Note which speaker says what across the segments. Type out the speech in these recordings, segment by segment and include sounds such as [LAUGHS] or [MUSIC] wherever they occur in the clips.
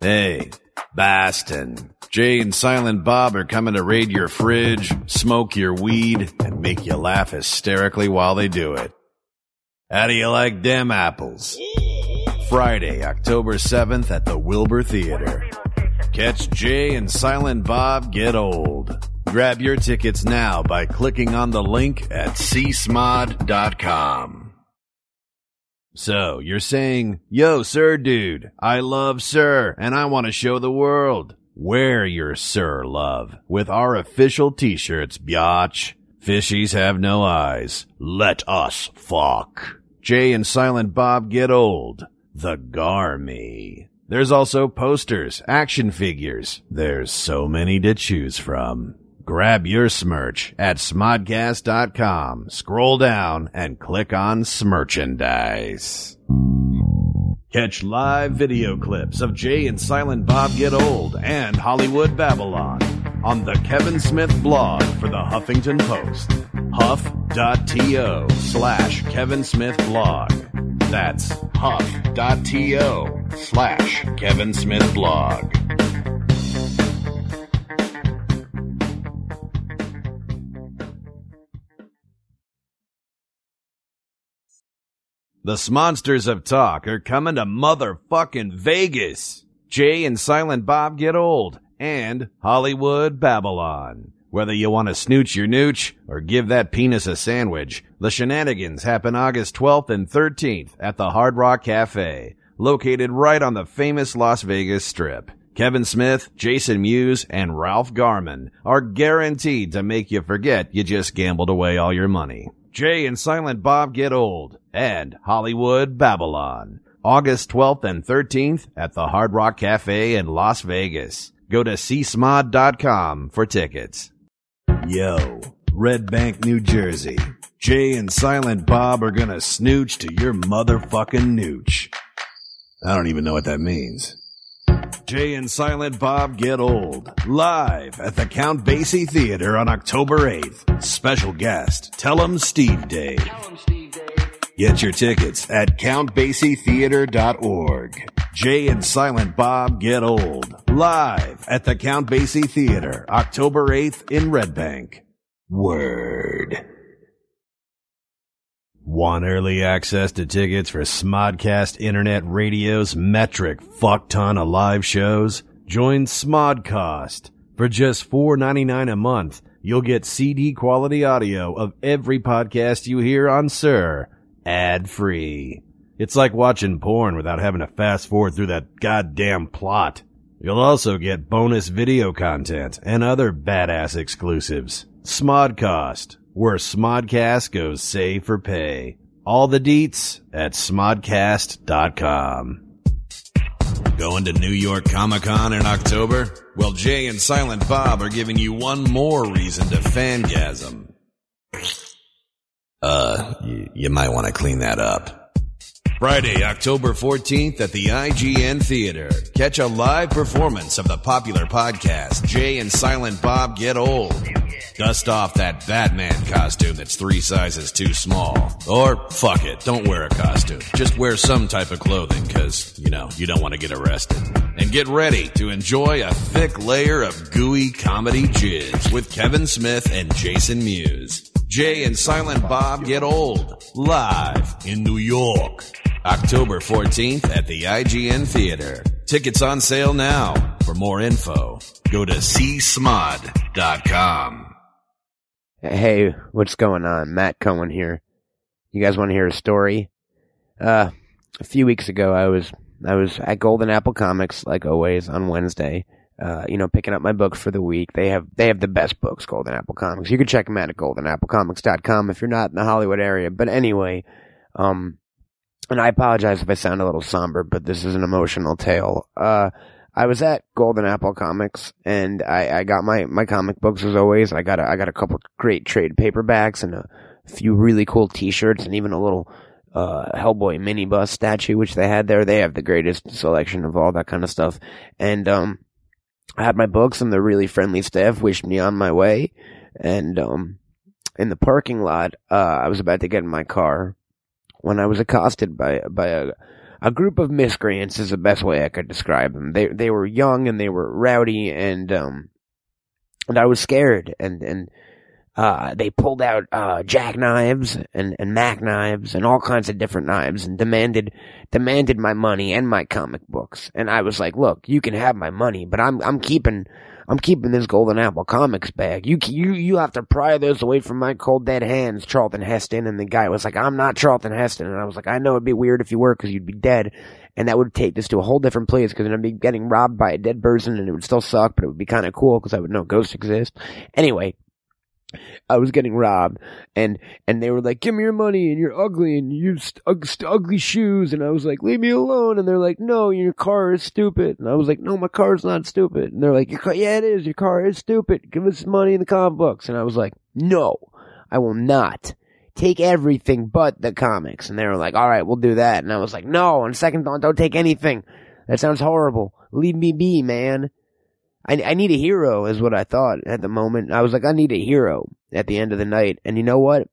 Speaker 1: Hey, Bastin. Jay and Silent Bob are coming to raid your fridge, smoke your weed, and make you laugh hysterically while they do it. How do you like them apples? Friday, October 7th at the Wilbur Theater. Catch Jay and Silent Bob Get Old. Grab your tickets now by clicking on the link at csmod.com. So, you're saying, yo, sir, dude, I love sir, and I want to show the world. Wear your sir love with our official t-shirts, biatch. Fishies have no eyes. Let us fuck. Jay and Silent Bob get old. The Garmy. There's also posters, action figures. There's so many to choose from. Grab your smirch at smodcast.com. Scroll down and click on smerchandise. Catch live video clips of Jay and Silent Bob Get Old and Hollywood Babylon on the Kevin Smith blog for the Huffington Post. Huff.to slash Kevin Smith blog. That's huff.to slash Kevin Smith blog. The Smonsters of Talk are coming to motherfucking Vegas. Jay and Silent Bob get old and Hollywood Babylon. Whether you want to snooch your nooch or give that penis a sandwich, the shenanigans happen August 12th and 13th at the Hard Rock Cafe, located right on the famous Las Vegas Strip. Kevin Smith, Jason Mewes, and Ralph Garman are guaranteed to make you forget you just gambled away all your money. Jay and Silent Bob Get Old, and Hollywood Babylon. August 12th and 13th at the Hard Rock Cafe in Las Vegas. Go to csmod.com for tickets. Yo, Red Bank, New Jersey. Jay and Silent Bob are gonna snooch to your motherfucking nooch. I don't even know what that means. Jay and Silent Bob Get Old, live at the Count Basie Theater on October 8th. Special guest, Tell 'em Steve Dave. Get your tickets at CountBasieTheater.org. Jay and Silent Bob Get Old, live at the Count Basie Theater, October 8th in Red Bank. Word. Want early access to tickets for Smodcast Internet Radio's metric fuckton of live shows? Join Smodcast. For just $4.99 a month, you'll get CD quality audio of every podcast you hear on Sir, ad free. It's like watching porn without having to fast forward through that goddamn plot. You'll also get bonus video content and other badass exclusives. Smodcast, where Smodcast goes save for pay. All the deets at smodcast.com. Going to New York Comic Con in October? Well, Jay and Silent Bob are giving you one more reason to fangasm. Uh, you, you might want to clean that up. Friday, October 14th at the IGN Theater. Catch a live performance of the popular podcast Jay and Silent Bob Get Old. Dust off that Batman costume that's three sizes too small. Or fuck it, don't wear a costume. Just wear some type of clothing because, you know, you don't want to get arrested. And get ready to enjoy a thick layer of gooey comedy jizz with Kevin Smith and Jason Mewes. Jay and Silent Bob Get Old, live in New York. October 14th at the IGN Theater. Tickets on sale now. For more info, go to csmod.com.
Speaker 2: Hey, what's going on? Matt Cohen here. You guys want to hear a story? Uh, a few weeks ago, I was I was at Golden Apple Comics, like always, on Wednesday. Uh, you know, picking up my books for the week. They have they have the best books, Golden Apple Comics. You can check them out at goldenapplecomics.com if you're not in the Hollywood area. But anyway, um, and I apologize if I sound a little somber, but this is an emotional tale. Uh, I was at Golden Apple Comics and I, I got my, my comic books as always. And I got a, I got a couple great trade paperbacks and a few really cool t-shirts and even a little, uh, Hellboy minibus statue, which they had there. They have the greatest selection of all that kind of stuff. And, um, I had my books and the really friendly staff wished me on my way. And, um, in the parking lot, uh, I was about to get in my car when I was accosted by by a a group of miscreants is the best way I could describe them. They they were young and they were rowdy and um and I was scared and and uh they pulled out uh jackknives and and mac knives and all kinds of different knives and demanded demanded my money and my comic books and I was like, "Look, you can have my money, but I'm I'm keeping I'm keeping this Golden Apple Comics bag. You you you have to pry those away from my cold dead hands, Charlton Heston. And the guy was like, "I'm not Charlton Heston." And I was like, "I know it'd be weird if you were, because you'd be dead, and that would take this to a whole different place. Because then I'd be getting robbed by a dead person, and it would still suck, but it would be kind of cool because I would know ghosts exist." Anyway, I was getting robbed, and and they were like, "Give me your money, and you're ugly, and you st- ug- st- ugly shoes." And I was like, "Leave me alone." And they're like, "No, your car is stupid." And I was like, "No, my car's not stupid." And they're like, "Your car, yeah, it is. Your car is stupid. Give us money in the comic books." And I was like, "No, I will not." Take everything but the comics. And they were like, all right, we'll do that. And I was like, no, on second thought, don't take anything. That sounds horrible. Leave me be, man. I, I need a hero is what I thought at the moment. I was like, I need a hero at the end of the night. And you know what?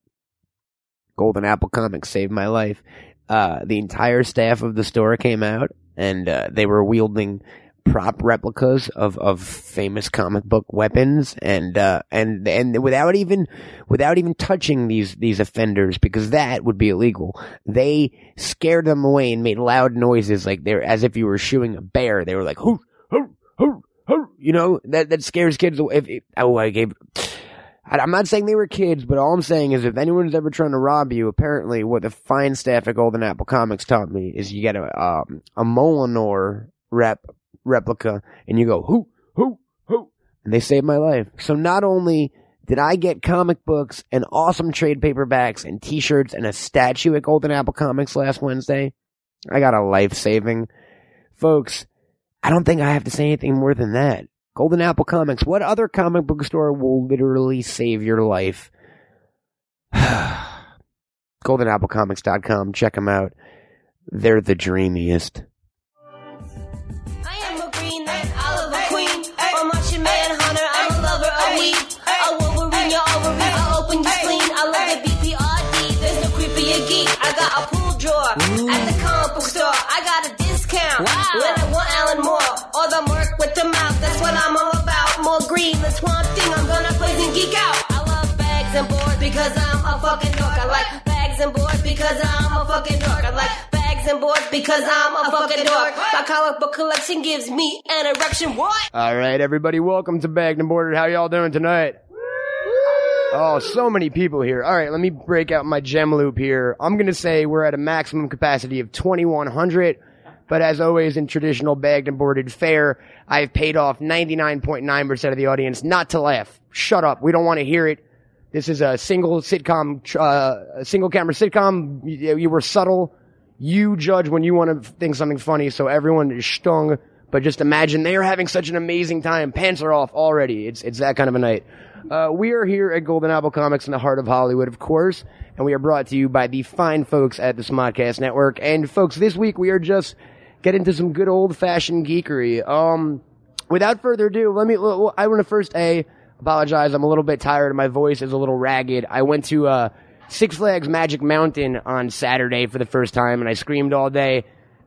Speaker 2: Golden Apple Comics saved my life. Uh, the entire staff of the store came out and uh, they were wielding prop replicas of, of famous comic book weapons and uh, and and without even without even touching these these offenders because that would be illegal. They scared them away and made loud noises like they're as if you were shooing a bear. They were like, hoo, hoo, hoo, hoo. You know that that scares kids. away. If, if oh, I gave. I- I'm not saying they were kids, but all I'm saying is if anyone's ever trying to rob you, apparently what the fine staff at Golden Apple Comics taught me is you get a um, a Molinor rep replica and you go hoo hoo hoo, and they saved my life. So not only did I get comic books and awesome trade paperbacks and T-shirts and a statue at Golden Apple Comics last Wednesday, I got a life saving, folks. I don't think I have to say anything more than that. Golden Apple Comics. What other comic book store will literally save your life? [SIGHS] GoldenAppleComics.com. Check them out. They're the dreamiest.
Speaker 3: I am a green knight, Oliver Queen. I'm watching Manhunter, I'm a lover of weed. A Wolverine, your ovary, I'll open you clean. I love the BPRD, there's no creepier geek. I got a pool drawer at the comic book store. I got a discount when I want Alan Moore or the Merc with the mouth. That's what I'm all about. More green, the swamp thing, I'm gonna poison geek out. I love bags and boards because I'm a fucking dork. I like bags and boards because I'm a fucking dork. I like bags and boards because I'm a fucking dork. My comic book collection gives me an erection. What?
Speaker 2: All right, everybody, welcome to Bagged and Bordered. How y'all doing tonight? Oh, so many people here. All right, let me break out my gem loop here. I'm going to say we're at a maximum capacity of 2,100. But as always, in traditional bagged and boarded fare, I've paid off 99.9% of the audience not to laugh. Shut up. We don't want to hear it. This is a single sitcom, tr- uh, a single camera sitcom. You, you were subtle. You judge when you want to think something funny, so everyone is stung. But just imagine they are having such an amazing time. Pants are off already. It's, it's that kind of a night. Uh, we are here at Golden Apple Comics in the heart of Hollywood, of course, and we are brought to you by the fine folks at the Smodcast Network. And folks, this week we are just getting into some good old fashioned geekery. Um, without further ado, let me. l- l- I want to first a apologize. I'm a little bit tired. My voice is a little ragged. I went to uh, Six Flags Magic Mountain on Saturday for the first time, and I screamed all day.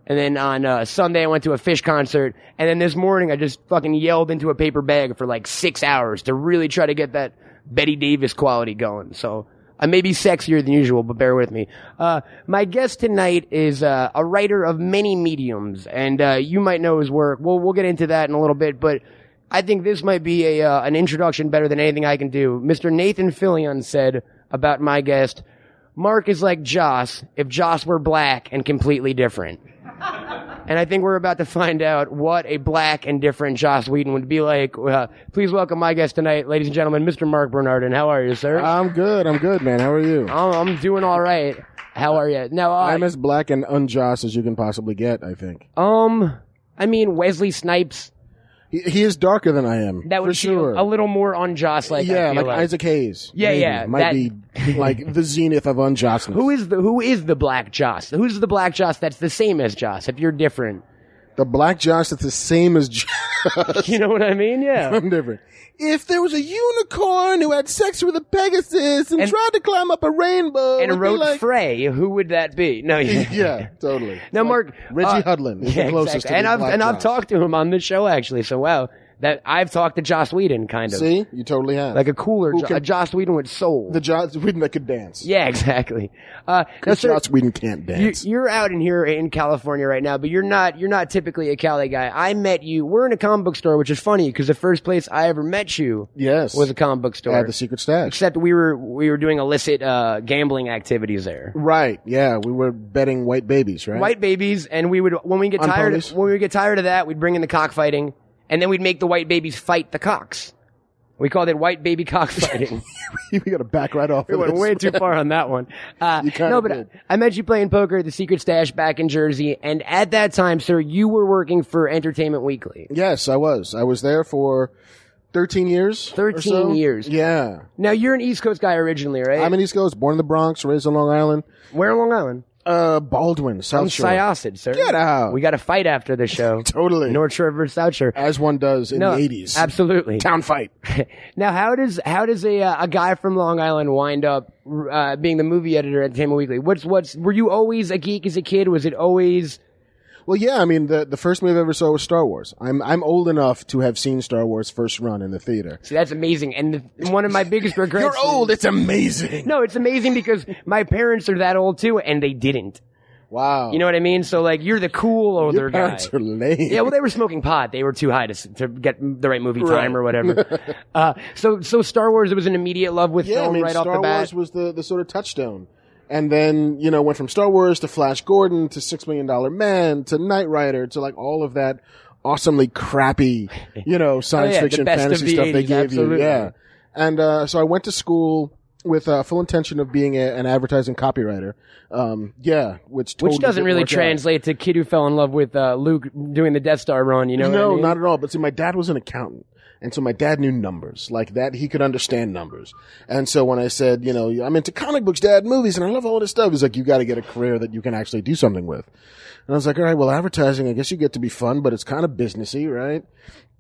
Speaker 2: And then on uh, Sunday, I went to a fish concert. And then this morning, I just fucking yelled into a paper bag for like six hours to really try to get that Betty Davis quality going. So I may be sexier than usual, but bear with me. Uh, my guest tonight is uh, a writer of many mediums, and uh, you might know his work. Well, we'll get into that in a little bit, but I think this might be a uh, an introduction better than anything I can do. Mr. Nathan Fillion said about my guest, Mark is like Joss if Joss were black and completely different. And I think we're about to find out what a black and different Joss Whedon would be like. Uh, please welcome my guest tonight, ladies and gentlemen, Mr. Mark Bernardin. How are you, sir?
Speaker 4: I'm good. I'm good, man. How are you?
Speaker 2: I'm, I'm doing all right. How are you? Now, uh,
Speaker 4: I'm as black and unjust as you can possibly get. I think
Speaker 2: um, I mean Wesley Snipes.
Speaker 4: he, he is darker than I am.
Speaker 2: That
Speaker 4: for
Speaker 2: would feel
Speaker 4: sure.
Speaker 2: a little more unjust. Like I
Speaker 4: yeah,
Speaker 2: feel
Speaker 4: like,
Speaker 2: like.
Speaker 4: Isaac Hayes.
Speaker 2: Yeah,
Speaker 4: maybe,
Speaker 2: yeah,
Speaker 4: Might be
Speaker 2: [LAUGHS]
Speaker 4: like the zenith of unjustness.
Speaker 2: Who is the Who is the black Joss?
Speaker 4: [LAUGHS]
Speaker 2: Who's the black Joss that's the same as Joss? If you're different,
Speaker 4: the black Josh that's the same as Josh.
Speaker 2: You know what I mean? Yeah.
Speaker 4: [LAUGHS] I'm different. If there was a unicorn who had sex with a Pegasus and,
Speaker 2: And-
Speaker 4: tried to climb up a rainbow, it'd
Speaker 2: and
Speaker 4: be
Speaker 2: wrote
Speaker 4: like,
Speaker 2: Frey, who would that be? No,
Speaker 4: [LAUGHS] yeah, totally.
Speaker 2: [LAUGHS] Now,
Speaker 4: It's
Speaker 2: Mark,
Speaker 4: Reggie
Speaker 2: uh,
Speaker 4: Hudlin is
Speaker 2: yeah,
Speaker 4: the closest.
Speaker 2: exactly.
Speaker 4: To
Speaker 2: and
Speaker 4: the
Speaker 2: I've
Speaker 4: Black
Speaker 2: and I've
Speaker 4: Josh.
Speaker 2: talked to him on this show actually. So wow, that I've talked to Joss Whedon kind of
Speaker 4: See, you totally have
Speaker 2: like a cooler
Speaker 4: Who
Speaker 2: jo-
Speaker 4: can-
Speaker 2: a Joss Whedon with soul.
Speaker 4: the Joss Whedon that could
Speaker 2: [LAUGHS]
Speaker 4: dance.
Speaker 2: yeah, exactly. Uh, now, sir,
Speaker 4: Joss Whedon can't
Speaker 2: you,
Speaker 4: dance.
Speaker 2: you're out in here in California right now, but you're not you're not typically a Cali guy. I met you. We're in a comic book store, which is funny because the first place I ever met you
Speaker 4: yes,
Speaker 2: was a comic book store.
Speaker 4: at the secret stash.
Speaker 2: Except we were we were doing illicit uh, gambling activities there.
Speaker 4: Right. Yeah, we were betting white babies. Right. [LAUGHS]
Speaker 2: white babies, and we would when we get
Speaker 4: On
Speaker 2: tired
Speaker 4: ponies?
Speaker 2: when we get tired of that, we'd bring in the cockfighting, and then we'd make the white babies fight the cocks. We called it white baby [LAUGHS] cockfighting.
Speaker 4: [LAUGHS] we got to back right off.
Speaker 2: we
Speaker 4: of
Speaker 2: went
Speaker 4: this.
Speaker 2: way too far on that one. [LAUGHS] Uh,
Speaker 4: You kinda
Speaker 2: no, but
Speaker 4: did.
Speaker 2: I, I met you playing poker at the Secret Stash back in Jersey, and at that time, sir, you were working for Entertainment Weekly.
Speaker 4: Yes, I was. I was there for thirteen years. or
Speaker 2: 13
Speaker 4: so.
Speaker 2: years.
Speaker 4: Yeah.
Speaker 2: Now you're an East Coast guy originally, right?
Speaker 4: I'm in East Coast, born in the Bronx, raised on Long Island.
Speaker 2: Where in Long Island?
Speaker 4: Uh, Baldwin, South
Speaker 2: I'm
Speaker 4: Shore.
Speaker 2: Syosset, sir.
Speaker 4: Get out.
Speaker 2: We got a fight after the show.
Speaker 4: [LAUGHS] Totally.
Speaker 2: North Shore versus South Shore.
Speaker 4: As one does in the 80s.
Speaker 2: absolutely.
Speaker 4: Town fight.
Speaker 2: [LAUGHS] Now, how does how does a uh, a guy from Long Island wind up uh, being the movie editor at Entertainment Weekly? What's what's were you always a geek as a kid? Was it always
Speaker 4: Well, yeah, I mean, the, the first movie I ever saw was Star Wars. I'm, I'm old enough to have seen Star Wars first run in the theater.
Speaker 2: see that's amazing? And the, one of my biggest regrets.
Speaker 4: [LAUGHS] You're old, it's amazing.
Speaker 2: No, it's amazing because my parents are that old too, and they didn't.
Speaker 4: Wow.
Speaker 2: You know what I mean? So like, you're the cool older
Speaker 4: Your
Speaker 2: guy.
Speaker 4: parents are lame.
Speaker 2: Yeah, well, they were smoking pot. They were too high to, s- to get the right movie time or whatever.
Speaker 4: [LAUGHS]
Speaker 2: uh, so, so Star Wars, it was an immediate love with
Speaker 4: yeah, I
Speaker 2: film
Speaker 4: mean,
Speaker 2: right
Speaker 4: Star
Speaker 2: off the bat.
Speaker 4: Wars was the, the sort of touchstone. And then, you know, went from Star Wars to Flash Gordon to Six Million Dollar Man to Knight Rider to like all of that awesomely
Speaker 2: [LAUGHS]
Speaker 4: crappy, you know,
Speaker 2: Oh,
Speaker 4: science
Speaker 2: yeah, the
Speaker 4: fiction,
Speaker 2: best of
Speaker 4: fantasy
Speaker 2: the
Speaker 4: stuff they
Speaker 2: 80s,
Speaker 4: gave
Speaker 2: absolutely.
Speaker 4: you. Yeah. And, uh, so I went to school with uh, full intention of being a, an advertising copywriter. Um, yeah, which totally
Speaker 2: which doesn't
Speaker 4: didn't
Speaker 2: really
Speaker 4: work out.
Speaker 2: translate to kid who fell in love with uh, Luke doing the Death Star run. You know? what I
Speaker 4: no,
Speaker 2: mean?
Speaker 4: not at all. But see, my dad was an accountant. And so my dad knew numbers like that. He could understand numbers. And so when I said, you know, I'm into comic books, dad, movies, and I love all this stuff, he's like, you got to get a career that you can actually do something with. And I was like, all right, well, advertising, I guess you get to be fun, but it's kind of businessy, right?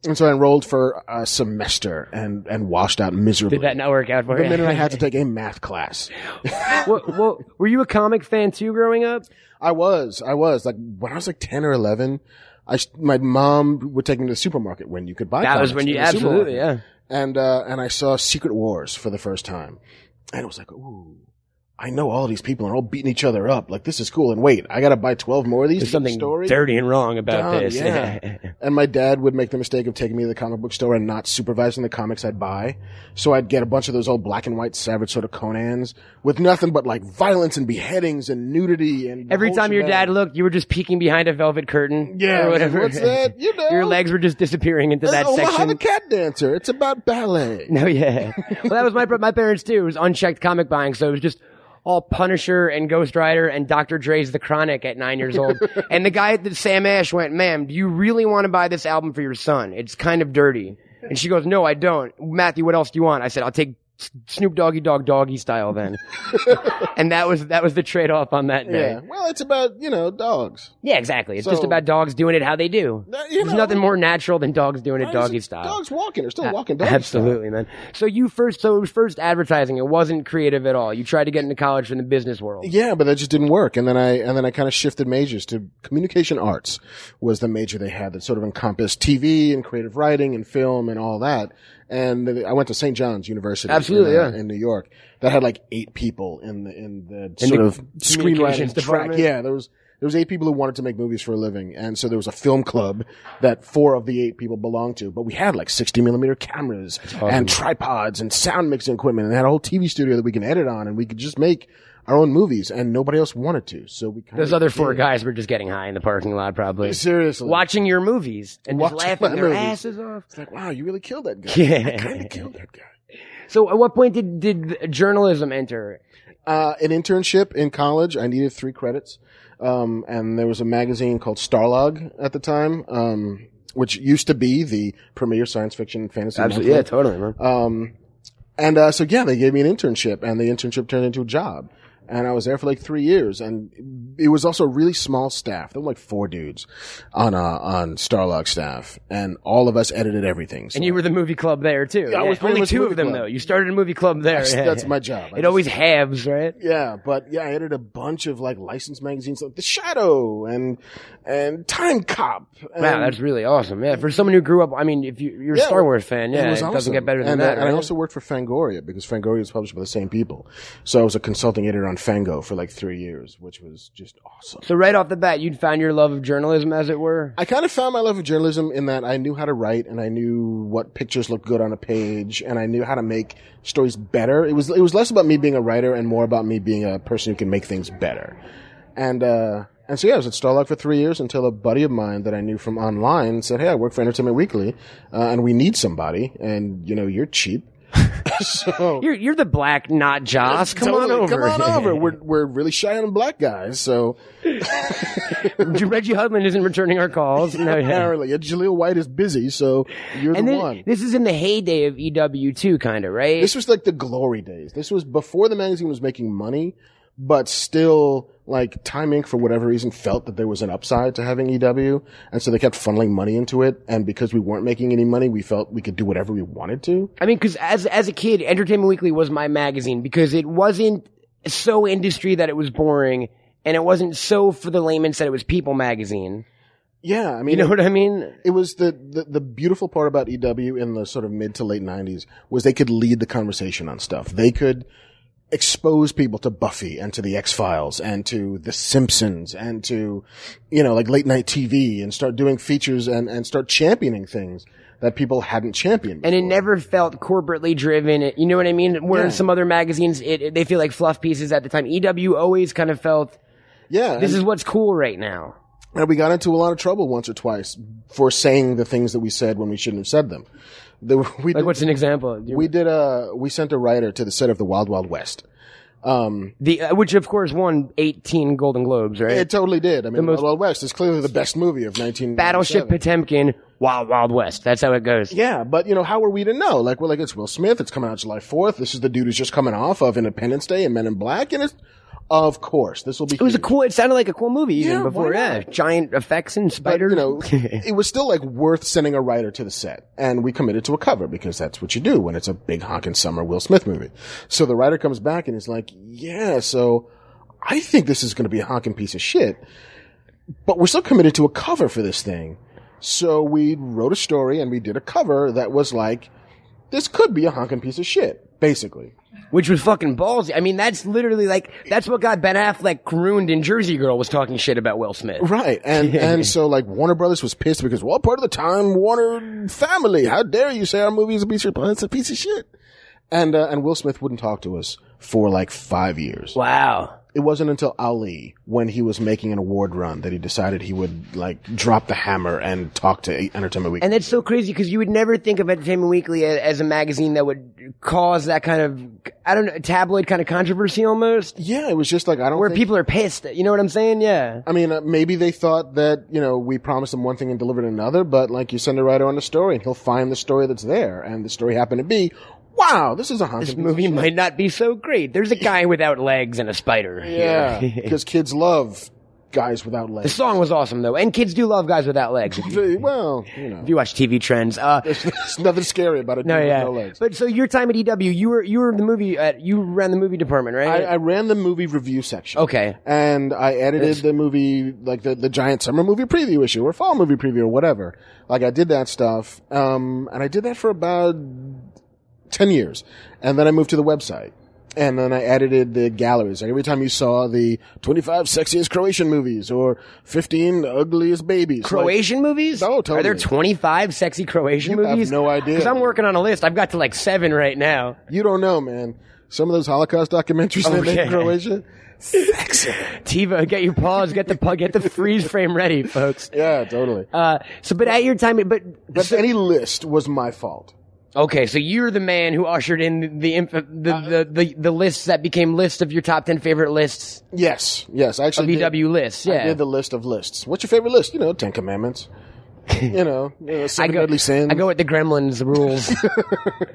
Speaker 4: And so I enrolled for a semester and, and washed out miserably.
Speaker 2: Did that not work out for
Speaker 4: the minute
Speaker 2: you? [LAUGHS]
Speaker 4: I had to take a math class.
Speaker 2: well, well, were you a comic fan too growing up?
Speaker 4: I was, I was like when I was like ten or eleven. I s- my mom would take me to the supermarket when you could buy.
Speaker 2: That was
Speaker 4: comics
Speaker 2: when
Speaker 4: in
Speaker 2: you-
Speaker 4: the
Speaker 2: absolutely,
Speaker 4: supermarket. And uh, and I saw Secret Wars for the first time, and it was like, ooh, I know all these people are all beating each other up. Like this is cool. And wait, I gotta buy twelve more of these. to
Speaker 2: There's
Speaker 4: get the
Speaker 2: something
Speaker 4: story.
Speaker 2: dirty and wrong about
Speaker 4: Dumb,
Speaker 2: this. [LAUGHS]
Speaker 4: yeah. And my dad would make the mistake of taking me to the comic book store and not supervising the comics I'd buy. So I'd get a bunch of those old black and white savage sort of Conans with nothing but like violence and beheadings and nudity and the
Speaker 2: Every
Speaker 4: whole
Speaker 2: time your
Speaker 4: shebang.
Speaker 2: dad looked, you were just peeking behind a velvet curtain.
Speaker 4: Yeah,
Speaker 2: or
Speaker 4: I was like,
Speaker 2: whatever.
Speaker 4: "What's that?" You know.
Speaker 2: [LAUGHS] Your legs were just disappearing into that
Speaker 4: It's Omaha
Speaker 2: section.
Speaker 4: the Oh, Cat Dancer. It's about ballet.
Speaker 2: [LAUGHS] No, yeah. well, that was my my parents too. It was unchecked comic buying, so it was just all Punisher and Ghost Rider and Dr. Dre's The Chronic at nine years
Speaker 4: [LAUGHS]
Speaker 2: old. and the guy at the Sam Ash went, "Ma'am, do you really want to buy this album for your son? It's kind of dirty." And she goes, "No, I don't." Matthew, what else do you want? I said, "I'll take." S- Snoop Doggy Dog Doggy style
Speaker 4: [LAUGHS]
Speaker 2: then, and that was that was the trade off on that day.
Speaker 4: Yeah. Well, it's about you know dogs.
Speaker 2: Yeah, exactly. It's just
Speaker 4: So-
Speaker 2: about dogs doing it how they do.
Speaker 4: That- you
Speaker 2: There's
Speaker 4: know.
Speaker 2: nothing more natural than dogs doing it
Speaker 4: Why is
Speaker 2: doggy
Speaker 4: it
Speaker 2: style.
Speaker 4: Dogs walking. They're still walking. Doggy
Speaker 2: Absolutely, man. So you first, so it was first advertising. It wasn't creative at all. You tried to get into college from the business world.
Speaker 4: Style. Yeah, but that just didn't work. And then I and then I kind of shifted majors to communication arts was the major they had that sort of encompassed TV and creative writing and film and all that. And th- I went to St. John's University,
Speaker 2: Absolutely,
Speaker 4: in,
Speaker 2: yeah.
Speaker 4: in New York. That had like eight people in the in the sort
Speaker 2: the
Speaker 4: of
Speaker 2: communications
Speaker 4: screenwriting track.
Speaker 2: department?
Speaker 4: Yeah, there was there was eight people who wanted to make movies for a living, and so there was a film club that four of the eight people belonged to. But we had like sixty millimeter cameras and tripods and sound mixing equipment, and had a whole TV studio that we can edit on, and we could just make our own movies, and nobody else wanted to. So we kind
Speaker 2: Those
Speaker 4: of
Speaker 2: other four guys were just getting high in the parking lot, probably
Speaker 4: seriously
Speaker 2: watching your movies and just
Speaker 4: Watching
Speaker 2: laughing
Speaker 4: my
Speaker 2: their
Speaker 4: movies.
Speaker 2: asses off.
Speaker 4: It's like, wow, you really killed that guy.
Speaker 2: Yeah.
Speaker 4: I kind of killed that guy.
Speaker 2: So, at what point did did journalism enter?
Speaker 4: uh, an internship in college. I needed three credits. Um, and there was a magazine called Starlog at the time, um, which used to be the premier science fiction and fantasy. monthly.
Speaker 2: totally, man.
Speaker 4: Um, and uh, so yeah, they gave me an internship, and the internship turned into a job. and I was there for like three years. And it was also a really small staff. There were like four dudes on uh, on Starlog staff, and all of us edited everything. So
Speaker 2: And you were the movie club there too.
Speaker 4: Yeah, I was pretty
Speaker 2: only
Speaker 4: much
Speaker 2: two
Speaker 4: movie
Speaker 2: of them
Speaker 4: club.
Speaker 2: though. You started a movie club there. [LAUGHS]
Speaker 4: that's,
Speaker 2: yeah,
Speaker 4: that's
Speaker 2: yeah.
Speaker 4: my job. I
Speaker 2: It
Speaker 4: just-
Speaker 2: always halves, right?
Speaker 4: yeah, but yeah, I edited a bunch of like licensed magazines, like The Shadow and and Time Cop. And,
Speaker 2: Wow, that's really awesome. Yeah, for someone who grew up, I mean, if you, you're
Speaker 4: Yeah,
Speaker 2: a Star Wars fan, yeah, it,
Speaker 4: was
Speaker 2: doesn't
Speaker 4: awesome.
Speaker 2: get better than
Speaker 4: and,
Speaker 2: that.
Speaker 4: I,
Speaker 2: right?
Speaker 4: and I also worked for Fangoria because Fangoria was published by the same people. So I was a consulting editor on Fango for like three years, which was just awesome.
Speaker 2: so right off the bat, you'd found your love of journalism, as it were.
Speaker 4: I kind of found my love of journalism in that I knew how to write and I knew what pictures looked good on a page and I knew how to make stories better. It was it was less about me being a writer and more about me being a person who can make things better. And uh and so yeah, I was at Starlog for three years until a buddy of mine that I knew from online said, "Hey, I work for Entertainment Weekly, uh, and we need somebody, and you know you're cheap, [LAUGHS] so
Speaker 2: You're you're the black not Joss. Come on
Speaker 4: Totally,
Speaker 2: over.
Speaker 4: come
Speaker 2: [LAUGHS]
Speaker 4: on over. We're we're really shy on black guys, so
Speaker 2: Reggie Hudlin isn't returning our [LAUGHS] calls. No, yeah.
Speaker 4: apparently, and Jaleel White is busy, so you're
Speaker 2: And
Speaker 4: the
Speaker 2: then-
Speaker 4: one."
Speaker 2: this is in the heyday of EW too, kind of right.
Speaker 4: This was like the glory days. This was before the magazine was making money, but still, like, Time Inc., for whatever reason, felt that there was an upside to having EW. And so they kept funneling money into it. And because we weren't making any money, we felt we could do whatever we wanted to.
Speaker 2: I mean, because as as a kid, Entertainment Weekly was my magazine because it wasn't so industry that it was boring, and it wasn't so for the layman that it was People magazine.
Speaker 4: Yeah, I mean,
Speaker 2: You know what I mean?
Speaker 4: it was the, the, the beautiful part about EW in the sort of mid to late 90s was they could lead the conversation on stuff. They could expose people to Buffy and to the X-Files and to the Simpsons and to, you know, like late night TV and start doing features and, and start championing things that people hadn't championed.
Speaker 2: And it
Speaker 4: before.
Speaker 2: never felt corporately driven. It- You know what I mean? Where in some other magazines, it, it- they feel like fluff pieces at the time. EW always kind of felt
Speaker 4: yeah.
Speaker 2: this
Speaker 4: and-
Speaker 2: is what's cool right now.
Speaker 4: And we got into a lot of trouble once or twice for saying the things that we said when we shouldn't have said them. The, [LAUGHS] we
Speaker 2: Like,
Speaker 4: did,
Speaker 2: what's an example?
Speaker 4: we did a, we sent a writer to the set of the Wild Wild West.
Speaker 2: the uh, which of course won 18 Golden Globes, right?
Speaker 4: It totally did. I mean,
Speaker 2: most-
Speaker 4: Wild Wild West is clearly the best movie of 19.
Speaker 2: Battleship Potemkin, Wild Wild West. That's how it goes.
Speaker 4: Yeah, but you know, how are we to know? Like, we're like, it's Will Smith. It's coming out July 4th. This is the dude who's just coming off of Independence Day and Men in Black. And it's, of course, this will be.
Speaker 2: It was a cool. It sounded like a cool movie even
Speaker 4: Yeah,
Speaker 2: before.
Speaker 4: why
Speaker 2: Yeah,
Speaker 4: not?
Speaker 2: giant effects and spiders. [LAUGHS]
Speaker 4: you know, [LAUGHS] it was still like worth sending a writer to the set. And we committed to a cover because that's what you do when it's a big honkin' summer Will Smith movie. So the writer comes back and is like, yeah, so I think this is going to be a honkin' piece of shit, but we're still committed to a cover for this thing. So we wrote a story and we did a cover that was like, this could be a honkin' piece of shit, basically.
Speaker 2: which was fucking ballsy. I mean, that's literally like that's what got Ben Affleck crooned in Jersey Girl was talking shit about Will Smith.
Speaker 4: Right.
Speaker 2: [LAUGHS]
Speaker 4: And and so like Warner Brothers was pissed because well part of the time Warner family, how dare you say our movie is a piece of well, it's a piece of shit. And uh, and Will Smith wouldn't talk to us for like 5 years.
Speaker 2: Wow.
Speaker 4: It wasn't until Ali when he was making an award run that he decided he would like drop the hammer and talk to e-, Entertainment Weekly.
Speaker 2: And that's so crazy because you would never think of Entertainment Weekly a- as a magazine that would cause that kind of I don't know tabloid kind of controversy almost,
Speaker 4: yeah, it was just like I don't
Speaker 2: where
Speaker 4: think-
Speaker 2: people are pissed. You know what I'm saying? Yeah.
Speaker 4: I mean, uh, maybe they thought that, you know, we promised them one thing and delivered another, but like you send a writer on a story and he'll find the story that's there. And the story happened to be, wow, this is a haunted
Speaker 2: This movie might not be so great. There's a guy without legs and a spider.
Speaker 4: [LAUGHS] Yeah,
Speaker 2: here.
Speaker 4: because kids love guys
Speaker 2: [LAUGHS]
Speaker 4: without
Speaker 2: the
Speaker 4: legs.
Speaker 2: song was awesome though, and kids do love guys without legs. If you,
Speaker 4: They- well, you know,
Speaker 2: if you watch TV trends, uh,
Speaker 4: [LAUGHS] there's nothing scary about
Speaker 2: [LAUGHS]
Speaker 4: it.
Speaker 2: No, yeah.
Speaker 4: no legs.
Speaker 2: But so your time at EW, you were you were the movie at you ran the movie department,
Speaker 4: I,
Speaker 2: right?
Speaker 4: I ran the movie review section.
Speaker 2: okay.
Speaker 4: And I edited the movie, like the, the giant summer movie preview issue or fall movie preview or whatever. Like I did that stuff. Um, and I did that for about 10 years. And then I moved to the website. And then I edited the galleries. Like every time you saw the 25 sexiest Croatian movies or 15 ugliest babies. like-
Speaker 2: Croatian movies?
Speaker 4: Oh,
Speaker 2: Are there
Speaker 4: totally.
Speaker 2: 25 sexy Croatian
Speaker 4: You have
Speaker 2: movies?
Speaker 4: no idea.
Speaker 2: Because I'm working on a list. I've got to like seven right now.
Speaker 4: You don't know, man. Some of those Holocaust documentaries they make
Speaker 2: Okay.
Speaker 4: in Croatia.
Speaker 2: [LAUGHS] Tiva, get your pause, get the pu- get the freeze frame ready, folks.
Speaker 4: [LAUGHS] Yeah, totally.
Speaker 2: Uh, so, but at your time, but,
Speaker 4: but any list was my fault.
Speaker 2: okay, so you're the man who ushered in the inf- the,
Speaker 4: Uh,
Speaker 2: the, the the lists that became lists of your top ten favorite lists
Speaker 4: Yes, yes. I actually
Speaker 2: of EW
Speaker 4: did,
Speaker 2: lists.
Speaker 4: I
Speaker 2: Yeah,
Speaker 4: did the list of lists. What's your favorite list? You know, Ten Commandments.
Speaker 2: [LAUGHS]
Speaker 4: You know, you know seven
Speaker 2: I go-
Speaker 4: deadly sins.
Speaker 2: I go with the Gremlins rules,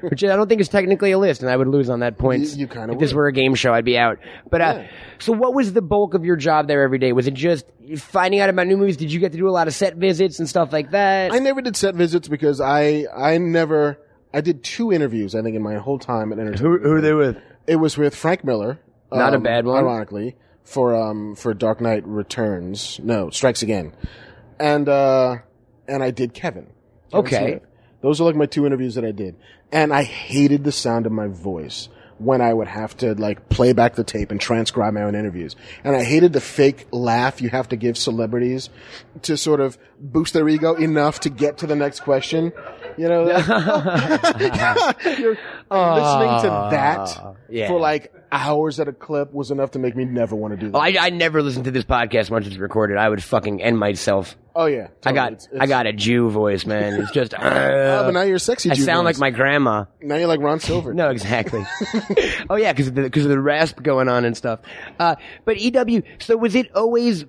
Speaker 4: [LAUGHS]
Speaker 2: which I don't think is technically a list, and I would lose on that point.
Speaker 4: You- you kinda
Speaker 2: If this
Speaker 4: would.
Speaker 2: were a game show, I'd be out. But uh,
Speaker 4: Yeah.
Speaker 2: so, what was the bulk of your job there every day? Was it just finding out about new movies? Did you get to do a lot of set visits and stuff like that?
Speaker 4: I never did set visits because I I never I did two interviews I think in my whole time at entertainment.
Speaker 5: Who, who are they with?
Speaker 4: It was with Frank Miller. um,
Speaker 2: Not a bad one.
Speaker 4: Ironically, for um for Dark Knight Returns. No, Strikes Again. And uh and I did Kevin. Kevin
Speaker 2: Okay.
Speaker 4: Smith. Those are like my two interviews that I did. And I hated the sound of my voice when I would have to like play back the tape and transcribe my own interviews. And I hated the fake laugh you have to give celebrities to sort of boost their ego enough to get to the next question. You know,
Speaker 2: [LAUGHS]
Speaker 4: like- [LAUGHS] you're listening to that
Speaker 2: Ah, yeah.
Speaker 4: for like hours at a clip was enough to make me never want to do that.
Speaker 2: Well, Oh, I, I never listened to this podcast once it's recorded. I would fucking end myself.
Speaker 4: oh yeah.
Speaker 2: I got
Speaker 4: It's-
Speaker 2: I
Speaker 4: it's-
Speaker 2: got a Jew voice, man. It's
Speaker 4: [LAUGHS]
Speaker 2: just uh,
Speaker 4: Oh, but now you're a sexy.
Speaker 2: I
Speaker 4: Jew
Speaker 2: sound
Speaker 4: voice.
Speaker 2: like my grandma.
Speaker 4: Now you're like Ron Silver.
Speaker 2: No,
Speaker 4: [LAUGHS]
Speaker 2: exactly. oh yeah, because because of the rasp going on and stuff. Uh, but EW, so was it always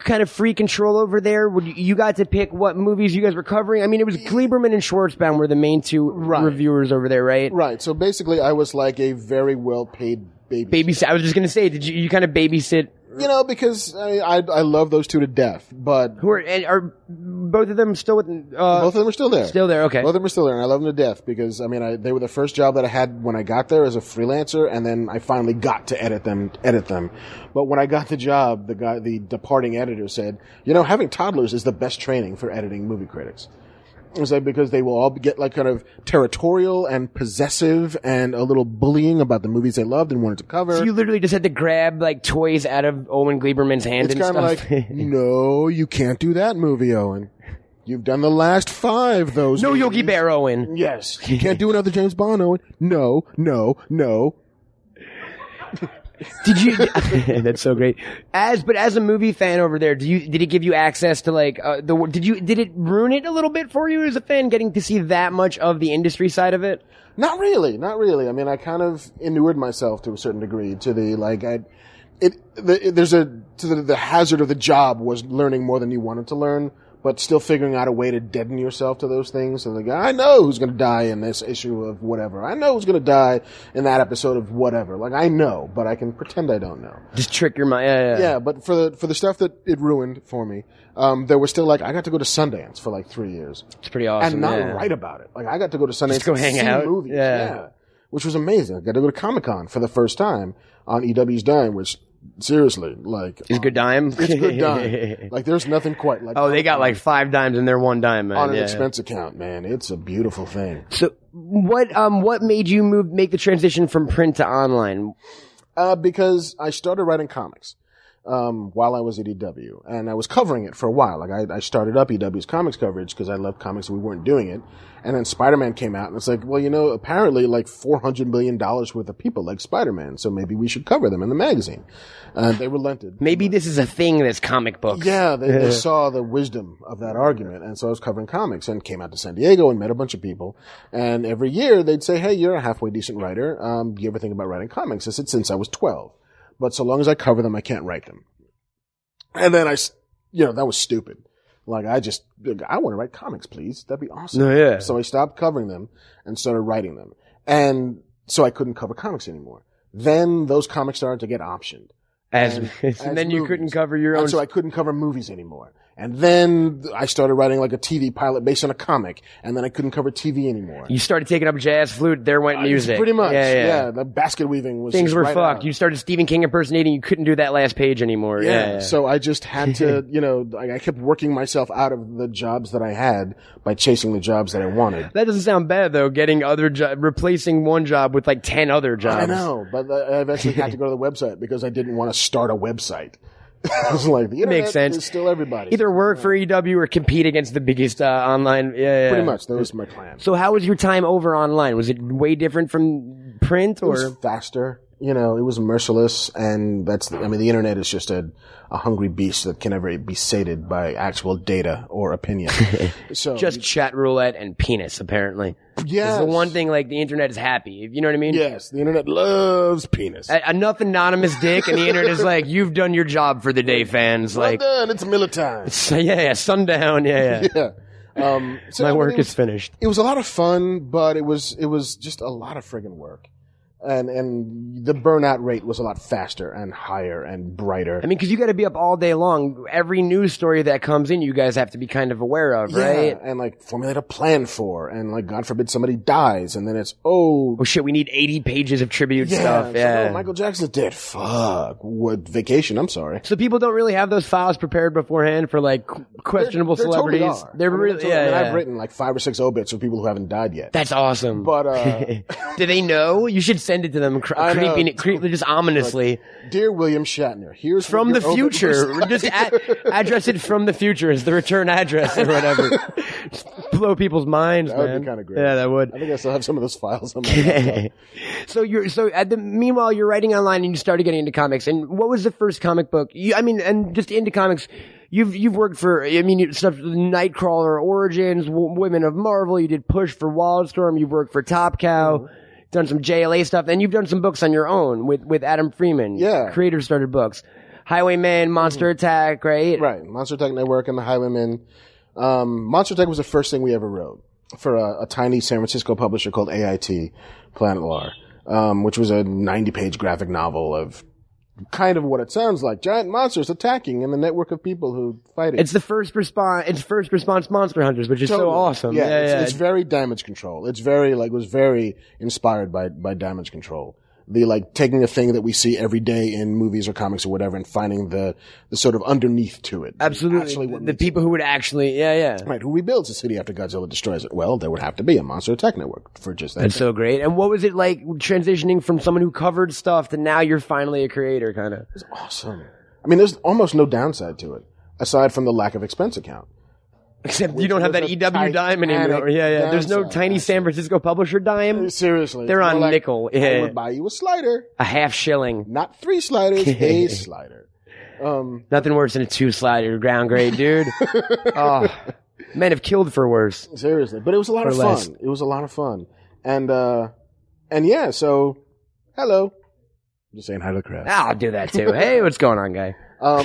Speaker 2: kind of free control over there? Would you, you got to pick what movies you guys were covering? I mean, it was Gleiberman and Schwartzbaum were the main two reviewers over there, right?
Speaker 4: Right. So basically, I was like a very well paid baby.
Speaker 2: Babysit. I was just gonna say, did you you kind of babysit?
Speaker 4: You know, because I, mean, I I love those two to death, but
Speaker 2: Who are and are both of them still with? Uh,
Speaker 4: both of them are still there.
Speaker 2: Still there, okay.
Speaker 4: Both of them are still there, and I love them to death because I mean, I, they were the first job that I had when I got there as a freelancer, and then I finally got to edit them, edit them. But when I got the job, the guy, the departing editor said, "You know, having toddlers is the best training for editing movie critics." It was like because they will all get like kind of territorial and possessive and a little bullying about the movies they loved and wanted to cover.
Speaker 2: so you literally just had to grab like toys out of Owen Gleiberman's hand
Speaker 4: it's
Speaker 2: and
Speaker 4: kind of
Speaker 2: stuff.
Speaker 4: like, no, you can't do that movie, Owen. You've done the last five. Those
Speaker 2: no
Speaker 4: movies.
Speaker 2: Yogi Bear Owen.
Speaker 4: [LAUGHS] Yes, you can't do another James Bond, Owen. No, no, no.
Speaker 2: Did you? [LAUGHS] that's so great. As but as a movie fan over there, do you did it give you access to like uh, the did you did it ruin it a little bit for you as a fan getting to see that much of the industry side of it?
Speaker 4: Not really, not really. I mean, I kind of inured myself to a certain degree to the like. I, it, the, it there's a to the, the hazard of the job was learning more than you wanted to learn, but still figuring out a way to deaden yourself to those things. So like, I know who's going to die in this issue of whatever. I know who's going to die in that episode of whatever. Like I know, but I can pretend I don't know.
Speaker 2: Just trick your mind. Yeah,
Speaker 4: yeah, but for the for the stuff that it ruined for me, um, there was still like I got to go to Sundance for like three years
Speaker 2: it's pretty awesome.
Speaker 4: and not
Speaker 2: yeah.
Speaker 4: write about it. Like I got to go to Sundance,
Speaker 2: Just go
Speaker 4: and
Speaker 2: hang
Speaker 4: see
Speaker 2: out.
Speaker 4: movies,
Speaker 2: Yeah.
Speaker 4: which was amazing. I got to go to Comic Con for the first time on EW's dime, which seriously, like,
Speaker 2: Is good dime?
Speaker 4: it's
Speaker 2: [LAUGHS]
Speaker 4: good dime. like, there's nothing quite like.
Speaker 2: oh, they got
Speaker 4: Comic-Con
Speaker 2: like five dimes in their one dime, man.
Speaker 4: on an
Speaker 2: yeah.
Speaker 4: expense account, man. It's a beautiful thing.
Speaker 2: So what um what made you move make the transition from print to online?
Speaker 4: Uh, because I started writing comics um, while I was at EW, and I was covering it for a while. Like I, I started up EW's comics coverage because I loved comics and we weren't doing it. And then Spider-Man came out, and it's like, well, you know, apparently like four hundred million dollars worth of people like Spider-Man, so maybe we should cover them in the magazine. And they relented.
Speaker 2: Maybe this is a thing that's comic books.
Speaker 4: Yeah, they, they saw the wisdom of that argument, and so I was covering comics and came out to San Diego and met a bunch of people. And every year they'd say, "Hey, you're a halfway decent writer. Um, do you ever think about writing comics?" I said, "Since I was 12, but so long as I cover them, I can't write them." And then I, s- you know, that was stupid. Like I just, I want to write comics, please. That'd be awesome.
Speaker 2: No, yeah.
Speaker 4: So I stopped covering them and started writing them, and so I couldn't cover comics anymore. Then those comics started to get optioned
Speaker 2: As, [LAUGHS] and,
Speaker 4: as
Speaker 2: then you
Speaker 4: movies.
Speaker 2: couldn't cover your own
Speaker 4: and so I couldn't cover movies anymore. And then th- I started writing like a TV pilot based on a comic, and then I couldn't cover TV anymore.
Speaker 2: You started taking up jazz, flute, there went music.
Speaker 4: Uh, Pretty much,
Speaker 2: Yeah, yeah.
Speaker 4: The basket weaving was
Speaker 2: Things
Speaker 4: just
Speaker 2: were
Speaker 4: right
Speaker 2: fucked.
Speaker 4: out.
Speaker 2: You started Stephen King impersonating. You couldn't do that last page anymore. Yeah. yeah.
Speaker 4: So I just had to,
Speaker 2: [LAUGHS]
Speaker 4: you know, I, I kept working myself out of the jobs that I had by chasing the jobs that I wanted.
Speaker 2: that doesn't sound bad though. Getting other jo- replacing one job with like ten other jobs.
Speaker 4: I know, but I I eventually had to go
Speaker 2: [LAUGHS]
Speaker 4: to the website because I didn't want to start a website. [LAUGHS] I was like, the internet
Speaker 2: Makes sense.
Speaker 4: is still everybody.
Speaker 2: Either work for EW or compete against the biggest uh, online. Yeah, yeah.
Speaker 4: pretty much. That was my plan.
Speaker 2: So how was your time over online? Was it way different from print
Speaker 4: It was
Speaker 2: or?
Speaker 4: faster. you know, it was merciless, and that's, I mean, the internet is just a, a hungry beast that can never be sated by actual data
Speaker 2: [LAUGHS]
Speaker 4: or opinion. so,
Speaker 2: Just chat roulette and penis, apparently. This
Speaker 4: yes.
Speaker 2: is the one thing, like, the internet is happy. If You know what I mean?
Speaker 4: Yes, the internet loves penis.
Speaker 2: A- Enough anonymous dick, and the internet is like, you've done your job for the day, fans.
Speaker 4: well
Speaker 2: Like,
Speaker 4: done, it's
Speaker 2: [LAUGHS]
Speaker 4: military. [LAUGHS]
Speaker 2: so, yeah, yeah, sundown, yeah, [LAUGHS] yeah.
Speaker 4: yeah. Um, so
Speaker 2: My
Speaker 4: I mean,
Speaker 2: work
Speaker 4: it was-
Speaker 2: is finished.
Speaker 4: it was a lot of fun, but it was it was just a lot of friggin' work, and and the burnout rate was a lot faster and higher and brighter.
Speaker 2: I mean, because you got to be up all day long. Every news story that comes in, you guys have to be kind of aware of, right?
Speaker 4: and like formulate a plan for, and like God forbid somebody dies, and then it's oh
Speaker 2: Oh shit, we need 80 pages of tribute
Speaker 4: yeah,
Speaker 2: stuff.
Speaker 4: it's like,
Speaker 2: yeah.
Speaker 4: oh, Michael Jackson's dead. Fuck, what vacation? I'm sorry.
Speaker 2: So people don't really have those files prepared beforehand for like qu- questionable
Speaker 4: There totally
Speaker 2: celebrities.
Speaker 4: are. I
Speaker 2: They're
Speaker 4: mean,
Speaker 2: really,
Speaker 4: totally-
Speaker 2: yeah,
Speaker 4: I mean,
Speaker 2: yeah.
Speaker 4: I've written like five or six obits for people who haven't died yet.
Speaker 2: That's awesome.
Speaker 4: But, uh,
Speaker 2: [LAUGHS] do they know? You should send it to them, cr-
Speaker 4: I know.
Speaker 2: creeping, cre- just ominously
Speaker 4: Dear William Shatner, here's what
Speaker 2: from the
Speaker 4: your obit was
Speaker 2: future.
Speaker 4: like. [LAUGHS]
Speaker 2: just a- address it from the future as the return address or
Speaker 4: [LAUGHS]
Speaker 2: whatever. just blow people's minds.
Speaker 4: That would be
Speaker 2: man.
Speaker 4: kinda great.
Speaker 2: Yeah, that would.
Speaker 4: I think I still have some of those files on
Speaker 2: [LAUGHS]
Speaker 4: my laptop.
Speaker 2: so you're so at the meanwhile you're writing online and you started getting into comics. And what was the first comic book? You, I mean, and just into comics. You've you've worked for I mean you- stuff Nightcrawler Origins, w- Women of Marvel. You did push for Wildstorm. You've worked for Top Cow.
Speaker 4: Mm-hmm.
Speaker 2: Done some JLA stuff, and you've done some books on your own with with Adam Freeman.
Speaker 4: Yeah. Mm-hmm.
Speaker 2: creator started books. Highwayman, Monster Attack, right?
Speaker 4: Right, Monster Tech Network and the Highwaymen. Um, Monster Tech was the first thing we ever wrote for a, a tiny San Francisco publisher called AIT, Planet Lar, um, which was a 90-page graphic novel of kind of what it sounds like: giant monsters attacking and the network of people who fight it.
Speaker 2: It's the first response. It's first response Monster Hunters, which is so
Speaker 4: Totally.
Speaker 2: awesome.
Speaker 4: Yeah, it's, it's very damage control. It's very like was very inspired by by damage control. The like taking a thing that we see every day in movies or comics or whatever and finding the the sort of underneath to it.
Speaker 2: absolutely.
Speaker 4: Actually, what
Speaker 2: the
Speaker 4: makes it
Speaker 2: people who would actually, yeah, yeah.
Speaker 4: Right, who rebuilds a city after Godzilla destroys it? Well, there would have to be a monster attack network for just that.
Speaker 2: That's so great. And what was it like transitioning from someone who covered stuff to now you're finally a creator, kind of?
Speaker 4: It's awesome. I mean, there's almost no downside to it, aside from the lack of expense account.
Speaker 2: Except you don't have that
Speaker 4: was a
Speaker 2: EW dime
Speaker 4: titanic
Speaker 2: anymore. Yeah, yeah. There's no
Speaker 4: downside,
Speaker 2: tiny San Francisco publisher dime.
Speaker 4: Seriously. it's
Speaker 2: They're
Speaker 4: more
Speaker 2: on
Speaker 4: like,
Speaker 2: nickel.
Speaker 4: I
Speaker 2: Yeah,
Speaker 4: would buy you a slider,
Speaker 2: a half shilling.
Speaker 4: not
Speaker 2: [LAUGHS]
Speaker 4: three sliders, a slider. Um,
Speaker 2: Nothing worse than a two slider ground grade,
Speaker 4: [LAUGHS]
Speaker 2: dude. oh, men have killed for worse.
Speaker 4: seriously. But it was a lot
Speaker 2: Or
Speaker 4: of
Speaker 2: less.
Speaker 4: fun. It was a lot of fun. And, uh, and yeah, so, hello. I'm just saying hi to the crowd.
Speaker 2: I'll do that too. Hey, what's going on, guy?
Speaker 4: Um,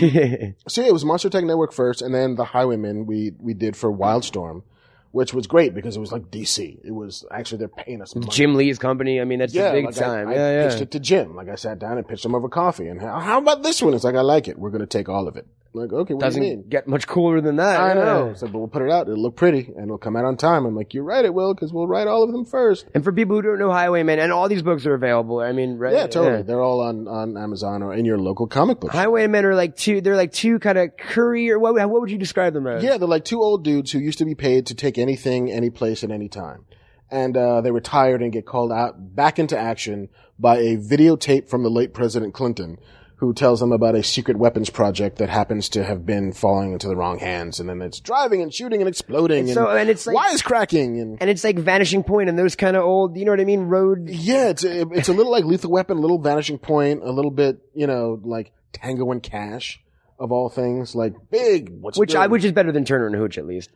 Speaker 4: So yeah, it was Monster Tech Network first, and then the Highwaymen we we did for Wildstorm, which was great because it was like DC. It was actually they're paying us money.
Speaker 2: [LAUGHS] Jim Lee's company. I mean, that's
Speaker 4: yeah,
Speaker 2: a big
Speaker 4: like, I-
Speaker 2: time.
Speaker 4: I,
Speaker 2: yeah,
Speaker 4: pitched
Speaker 2: yeah.
Speaker 4: it to Jim. Like I sat down and pitched him over coffee, and how, how about this one? It's like I like it. We're gonna take all of it. I'm like okay, what
Speaker 2: Doesn't
Speaker 4: do you mean?
Speaker 2: get much cooler than that.
Speaker 4: I
Speaker 2: yeah.
Speaker 4: know. So, but we'll put it out. It'll look pretty, and it'll come out on time. I'm like, you're right, it will, because we'll write all of them first.
Speaker 2: And for people who don't know Highwayman, and all these books are available. I mean, right?
Speaker 4: Yeah, totally. They're all on on Amazon or in your local comic book. shop.
Speaker 2: Highwaymen are like two. They're like two kind of courier. What, what would you describe them as?
Speaker 4: Yeah, they're like two old dudes who used to be paid to take anything, any place, at any time. And uh, they retired and get called out back into action by a videotape from the late President Clinton, who tells them about a secret weapons project that happens to have been falling into the wrong hands, and then it's driving and shooting and exploding and,
Speaker 2: so- and it's like-
Speaker 4: wisecracking and.
Speaker 2: And it's like Vanishing Point and those kind of old. You know what I mean? Road.
Speaker 4: yeah, it's a, it's a little like Lethal Weapon, a little Vanishing Point, a little bit, you know, like Tango and Cash, of all things, like big. What's
Speaker 2: Which I
Speaker 4: doing?
Speaker 2: which is better than Turner and Hooch at least.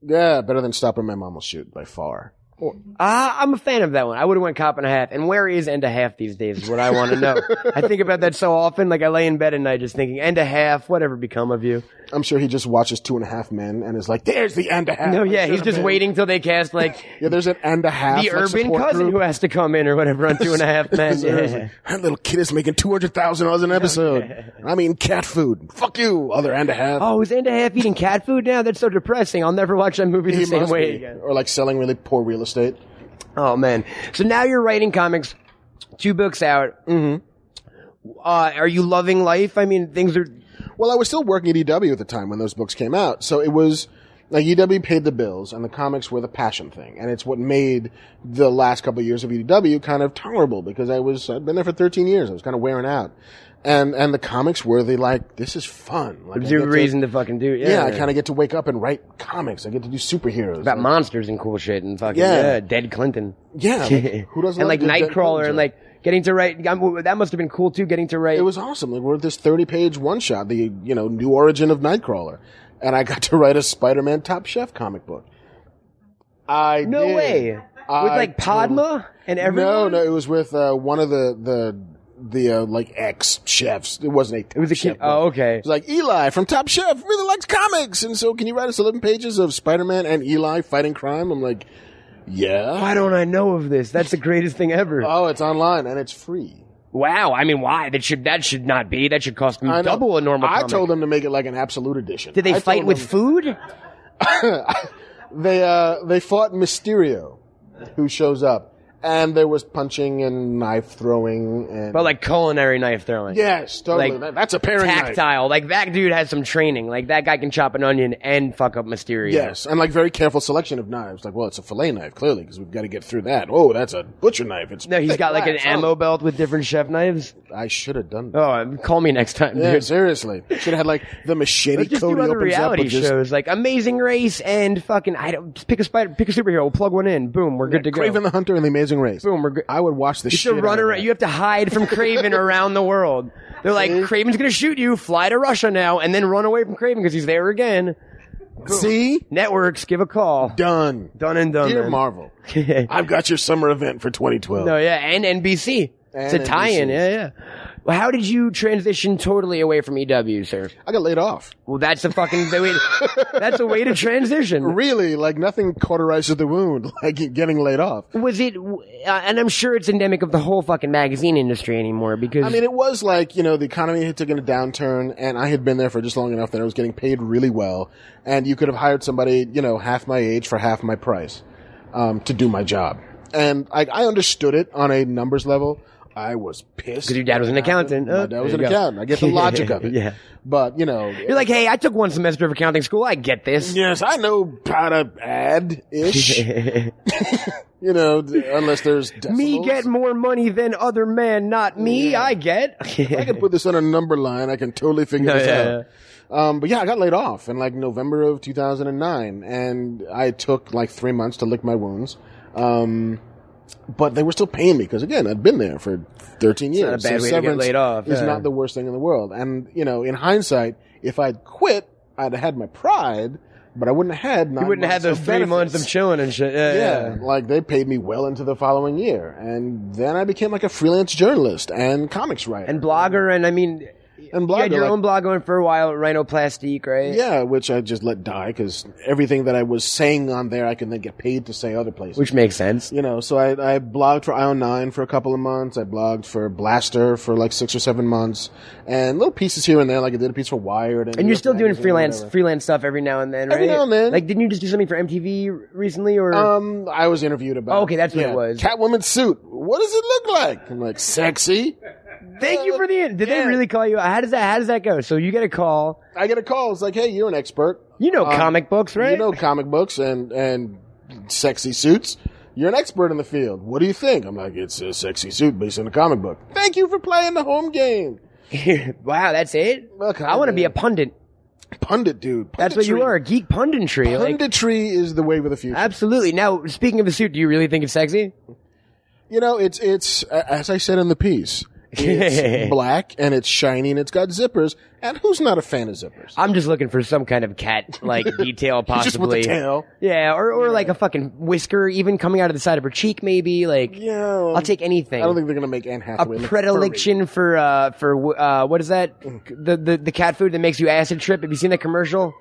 Speaker 4: yeah, better than Stop or My Mom Will Shoot by far.
Speaker 2: Ah, I'm a fan of that one. I would have went cop and a half. And where is and a half these days is what I want to know. I think about that so often. Like I lay in bed at night just thinking and a half. Whatever become of
Speaker 4: [LAUGHS]
Speaker 2: you?
Speaker 4: I'm sure he just watches Two and a Half Men and is like, "There's the and a half."
Speaker 2: No,
Speaker 4: I
Speaker 2: yeah,
Speaker 4: should
Speaker 2: he's
Speaker 4: have
Speaker 2: just
Speaker 4: been."
Speaker 2: waiting till they cast
Speaker 4: [LAUGHS]
Speaker 2: like
Speaker 4: Yeah, there's an and a half.
Speaker 2: the
Speaker 4: like,
Speaker 2: urban
Speaker 4: support
Speaker 2: cousin
Speaker 4: group.
Speaker 2: who has to come in or whatever on Two and a
Speaker 4: [LAUGHS]
Speaker 2: Half Men.
Speaker 4: Seriously.
Speaker 2: Yeah.
Speaker 4: That little kid is making two hundred thousand dollars an episode. I mean, cat food. Fuck you, other and a half.
Speaker 2: Oh, is and a half eating cat food now? That's so depressing. I'll never watch that movie the
Speaker 4: He
Speaker 2: same
Speaker 4: must
Speaker 2: way
Speaker 4: be.
Speaker 2: again.
Speaker 4: Or like selling really poor real estate.
Speaker 2: Oh man. So now you're writing comics, two books out. Mm-hmm. Uh, are you loving life? I mean, things are.
Speaker 4: E Well, I was still working at EW at the time when those books came out, so it was Like UW paid the bills, and the comics were the passion thing, and it's what made the last couple of years of UW kind of tolerable because I was I'd been there for 13 years. I was kind of wearing out, and and the comics were the like this is fun. Like, I
Speaker 2: There's
Speaker 4: get
Speaker 2: no
Speaker 4: to-
Speaker 2: reason to fucking do it.
Speaker 4: yeah,
Speaker 2: Yeah,
Speaker 4: I kind of get to wake up and write comics. I get to do superheroes.
Speaker 2: about
Speaker 4: Like,
Speaker 2: monsters and cool shit and fucking
Speaker 4: Yeah.
Speaker 2: yeah, dead Clinton. [LAUGHS]
Speaker 4: Yeah, like, who doesn't
Speaker 2: and like
Speaker 4: like good dead
Speaker 2: Nightcrawler
Speaker 4: Clinton?
Speaker 2: and like getting to write. I'm- that must have been cool too. Getting to write.
Speaker 4: it was awesome. Like we're this 30 page one shot, the you know new origin of Nightcrawler, and I got [LAUGHS] to write a Spider Man Top Chef comic book. I
Speaker 2: no
Speaker 4: did.
Speaker 2: way.
Speaker 4: I
Speaker 2: With like Padma and everyone.
Speaker 4: No, no, it was with uh, one of the the the uh, like ex chefs. It wasn't a. Top
Speaker 2: It was a
Speaker 4: chef
Speaker 2: kid. Oh,
Speaker 4: book.
Speaker 2: okay.
Speaker 4: It's like Eli from Top Chef really likes comics, and so can you write us 11 pages of Spider Man and Eli fighting crime? I'm like, yeah.
Speaker 2: Why don't I know of this? That's the greatest thing ever.
Speaker 4: Oh, it's online and it's free.
Speaker 2: wow. I mean, why? That should that should not be. That should cost me
Speaker 4: I know.
Speaker 2: double a normal.
Speaker 4: I
Speaker 2: comic.
Speaker 4: told them to make it like an absolute edition.
Speaker 2: Did they
Speaker 4: I
Speaker 2: fight
Speaker 4: told
Speaker 2: with food?
Speaker 4: them- they uh, they fought Mysterio, who shows up, and there was punching and knife throwing and
Speaker 2: But like culinary knife throwing.
Speaker 4: yes, totally.
Speaker 2: like,
Speaker 4: That- that's a pairing knife.
Speaker 2: Tactile. Like that dude has some training. Like that guy can chop an onion and fuck up Mysterio.
Speaker 4: Yes, and like very careful selection of knives. Like, well, it's a fillet knife clearly because we've got to get through that. Oh, that's a butcher knife. It's
Speaker 2: No, he's
Speaker 4: thick
Speaker 2: got like an
Speaker 4: glass.
Speaker 2: ammo belt with different chef knives.
Speaker 4: Oh, I should have done that.
Speaker 2: Oh, um, call me next time,
Speaker 4: yeah,
Speaker 2: dude.
Speaker 4: seriously, should have had like the machete
Speaker 2: Let's just
Speaker 4: Cody
Speaker 2: do other
Speaker 4: opens up
Speaker 2: reality
Speaker 4: with just
Speaker 2: shows like Amazing Race and fucking I don't just pick a spider, pick a superhero, we'll plug one in, boom, we're good to go.
Speaker 4: Craven the Hunter and the Amazing Race.
Speaker 2: boom, we're good.
Speaker 4: I would watch the
Speaker 2: You
Speaker 4: shit.
Speaker 2: have to run
Speaker 4: out of
Speaker 2: around.
Speaker 4: that.
Speaker 2: You have to hide from
Speaker 4: [LAUGHS]
Speaker 2: Craven around the world. They're like, Craven's gonna shoot you. Fly to Russia now, and then run away from Craven because he's there again.
Speaker 4: see
Speaker 2: Networks, give a call.
Speaker 4: done.
Speaker 2: Done and done.
Speaker 4: Dear
Speaker 2: man. [LAUGHS]
Speaker 4: Marvel, I've got your summer event for 2012.
Speaker 2: No, yeah, and NBC. it's a
Speaker 4: And
Speaker 2: tie-in.
Speaker 4: NBC.
Speaker 2: Yeah, yeah. Well, how did you transition totally away from EW, sir?
Speaker 4: I got laid off.
Speaker 2: Well, that's a fucking the way-
Speaker 4: [LAUGHS]
Speaker 2: that's a way to transition.
Speaker 4: Really, like nothing cauterizes the wound [LAUGHS] like getting laid off.
Speaker 2: Was it? Uh, and I'm sure it's endemic of the whole fucking magazine industry anymore because
Speaker 4: I mean, it was like, you know, the economy had taken a downturn and I had been there for just long enough that I was getting paid really well. And you could have hired somebody, you know, half my age for half my price, um, to do my job. And I, I understood it on a numbers level. I was pissed.
Speaker 2: 'Cause your dad was an accountant.
Speaker 4: My
Speaker 2: Uh,
Speaker 4: dad was
Speaker 2: there
Speaker 4: an
Speaker 2: you go.
Speaker 4: accountant. I get the logic
Speaker 2: [LAUGHS]
Speaker 4: of it.
Speaker 2: Yeah.
Speaker 4: But, you know.
Speaker 2: you're like, hey, I took one semester of accounting school. I get this.
Speaker 4: [LAUGHS] yes, I know how to add ish,
Speaker 2: [LAUGHS]
Speaker 4: you know, d- unless there's decimals.
Speaker 2: me get more money than other men, not me. I get.
Speaker 4: [LAUGHS] I can put this on a number line. I can totally figure
Speaker 2: No, [LAUGHS]
Speaker 4: this
Speaker 2: yeah,
Speaker 4: out. Um, but yeah, I got laid off in like November of 2009, and I took like three months to lick my wounds. Um, but they were still paying me because again, I'd been there for 13 years.
Speaker 2: not a bad way to get
Speaker 4: severance
Speaker 2: laid off,
Speaker 4: Is
Speaker 2: yeah.
Speaker 4: not the worst thing in the world. And you know, in hindsight, if I'd quit, I'd have had my pride, but I wouldn't have had. Nine
Speaker 2: you wouldn't have those
Speaker 4: months of
Speaker 2: three months
Speaker 4: benefits.
Speaker 2: of chilling and shit. Yeah, yeah.
Speaker 4: Yeah, like they paid me well into the following year, and then I became like a freelance journalist and comics writer
Speaker 2: and blogger, and I mean,
Speaker 4: and
Speaker 2: you had
Speaker 4: blogger,
Speaker 2: your
Speaker 4: like-
Speaker 2: own blog going for a while, Rhinoplastique, right?
Speaker 4: Yeah, which I just let die because everything that I was saying on there, I can then get paid to say other places.
Speaker 2: which makes sense.
Speaker 4: you know, so I, I blogged for IO9 for a couple of months. I blogged for Blaster for like six or seven months, and little pieces here and there. Like I did a piece for Wired, and,
Speaker 2: And you're still doing
Speaker 4: Magazine,
Speaker 2: freelance
Speaker 4: whatever.
Speaker 2: freelance stuff every now and then, right?
Speaker 4: Every now and then.
Speaker 2: Like, didn't you just do something for MTV r- recently? Or
Speaker 4: Um, I was interviewed about.
Speaker 2: Oh, okay, that's what it was.
Speaker 4: Catwoman suit. What does it look like? I'm like sexy.
Speaker 2: thank you for the. Did
Speaker 4: yeah.
Speaker 2: they really call you? How does that? How does that go? So you get a call.
Speaker 4: I get a call. It's like, hey, you're an expert.
Speaker 2: You know
Speaker 4: Um,
Speaker 2: comic books, right?
Speaker 4: You know comic books and and sexy suits. You're an expert in the field. What do you think? I'm like, it's a sexy suit based on a comic book. Thank you for playing the home game.
Speaker 2: [LAUGHS] wow, that's it.
Speaker 4: Look,
Speaker 2: I want to
Speaker 4: man.
Speaker 2: be a pundit.
Speaker 4: Pundit, dude.
Speaker 2: That's what you
Speaker 4: Punditry.
Speaker 2: are, a geek punditry. like,
Speaker 4: Punditry is the wave of the future.
Speaker 2: absolutely. Now, speaking of the suit, do you really think it's sexy?
Speaker 4: You know, it's it's a- as I said in the piece.
Speaker 2: [LAUGHS]
Speaker 4: It's black and it's shiny and it's got zippers. And who's not a fan of zippers?
Speaker 2: I'm just looking for some kind of cat
Speaker 4: [LAUGHS]
Speaker 2: like detail,
Speaker 4: Just with the
Speaker 2: possibly.
Speaker 4: tail.
Speaker 2: yeah, or or like a fucking whisker, even coming out of the side of her cheek, maybe. Like,
Speaker 4: Yeah,
Speaker 2: I'll take anything.
Speaker 4: I don't think they're gonna make Anne
Speaker 2: a
Speaker 4: Hathaway. look
Speaker 2: predilection for uh for uh what is that
Speaker 4: Mm.
Speaker 2: the, the the cat food that makes you acid trip have you seen that
Speaker 4: [LAUGHS]
Speaker 2: commercial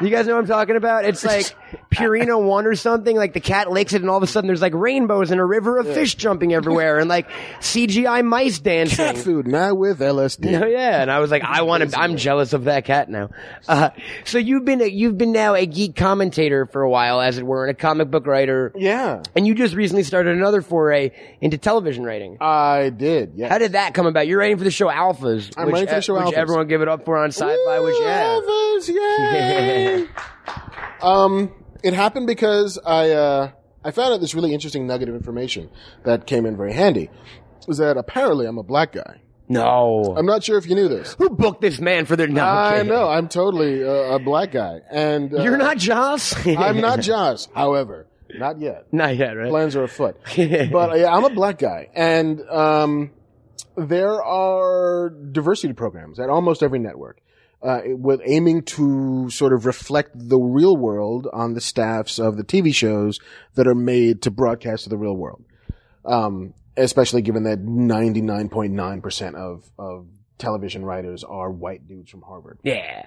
Speaker 2: you guys know what i'm talking about it's like
Speaker 4: [LAUGHS]
Speaker 2: purina one or something like the cat licks it and all of a sudden there's like rainbows and a river of fish jumping everywhere and like cgi mice
Speaker 4: [LAUGHS]
Speaker 2: dancing
Speaker 4: furry. cat food now with LSD.
Speaker 2: Oh [LAUGHS] yeah, and I was like, I want to. I'm jealous of that cat now. Uh, so you've been a, you've been now a geek commentator for a while, as it were, and a comic book writer,
Speaker 4: Yeah,
Speaker 2: and you just recently started another foray into television writing.
Speaker 4: I did. Yeah,
Speaker 2: How did that come about? You're writing for the show Alphas.
Speaker 4: I'm
Speaker 2: which,
Speaker 4: writing for the show
Speaker 2: which
Speaker 4: Alphas.
Speaker 2: [LAUGHS] everyone give it up for on sci-fi. Which yeah,
Speaker 4: Ooh, others, yay. Um, it happened because I uh, I found out this really interesting nugget of information that came in very handy. Was that apparently I'm a black guy.
Speaker 2: No.
Speaker 4: I'm not sure if you
Speaker 2: [LAUGHS]
Speaker 4: knew this.
Speaker 2: Who booked this man for their? No, I'm
Speaker 4: I
Speaker 2: kidding.
Speaker 4: know I'm totally uh, a black guy, and uh,
Speaker 2: You're not Joss.
Speaker 4: [LAUGHS] I'm not Josh. However, not yet.
Speaker 2: [LAUGHS] not yet, right?
Speaker 4: Plans are afoot. but uh, yeah, I'm a black guy, and um, there are diversity programs at almost every network, uh, with aiming to sort of reflect the real world on the staffs of the TV shows that are made to broadcast to the real world. Um, especially given that 99.9% of of television writers are white dudes from Harvard.
Speaker 2: [LAUGHS] yeah.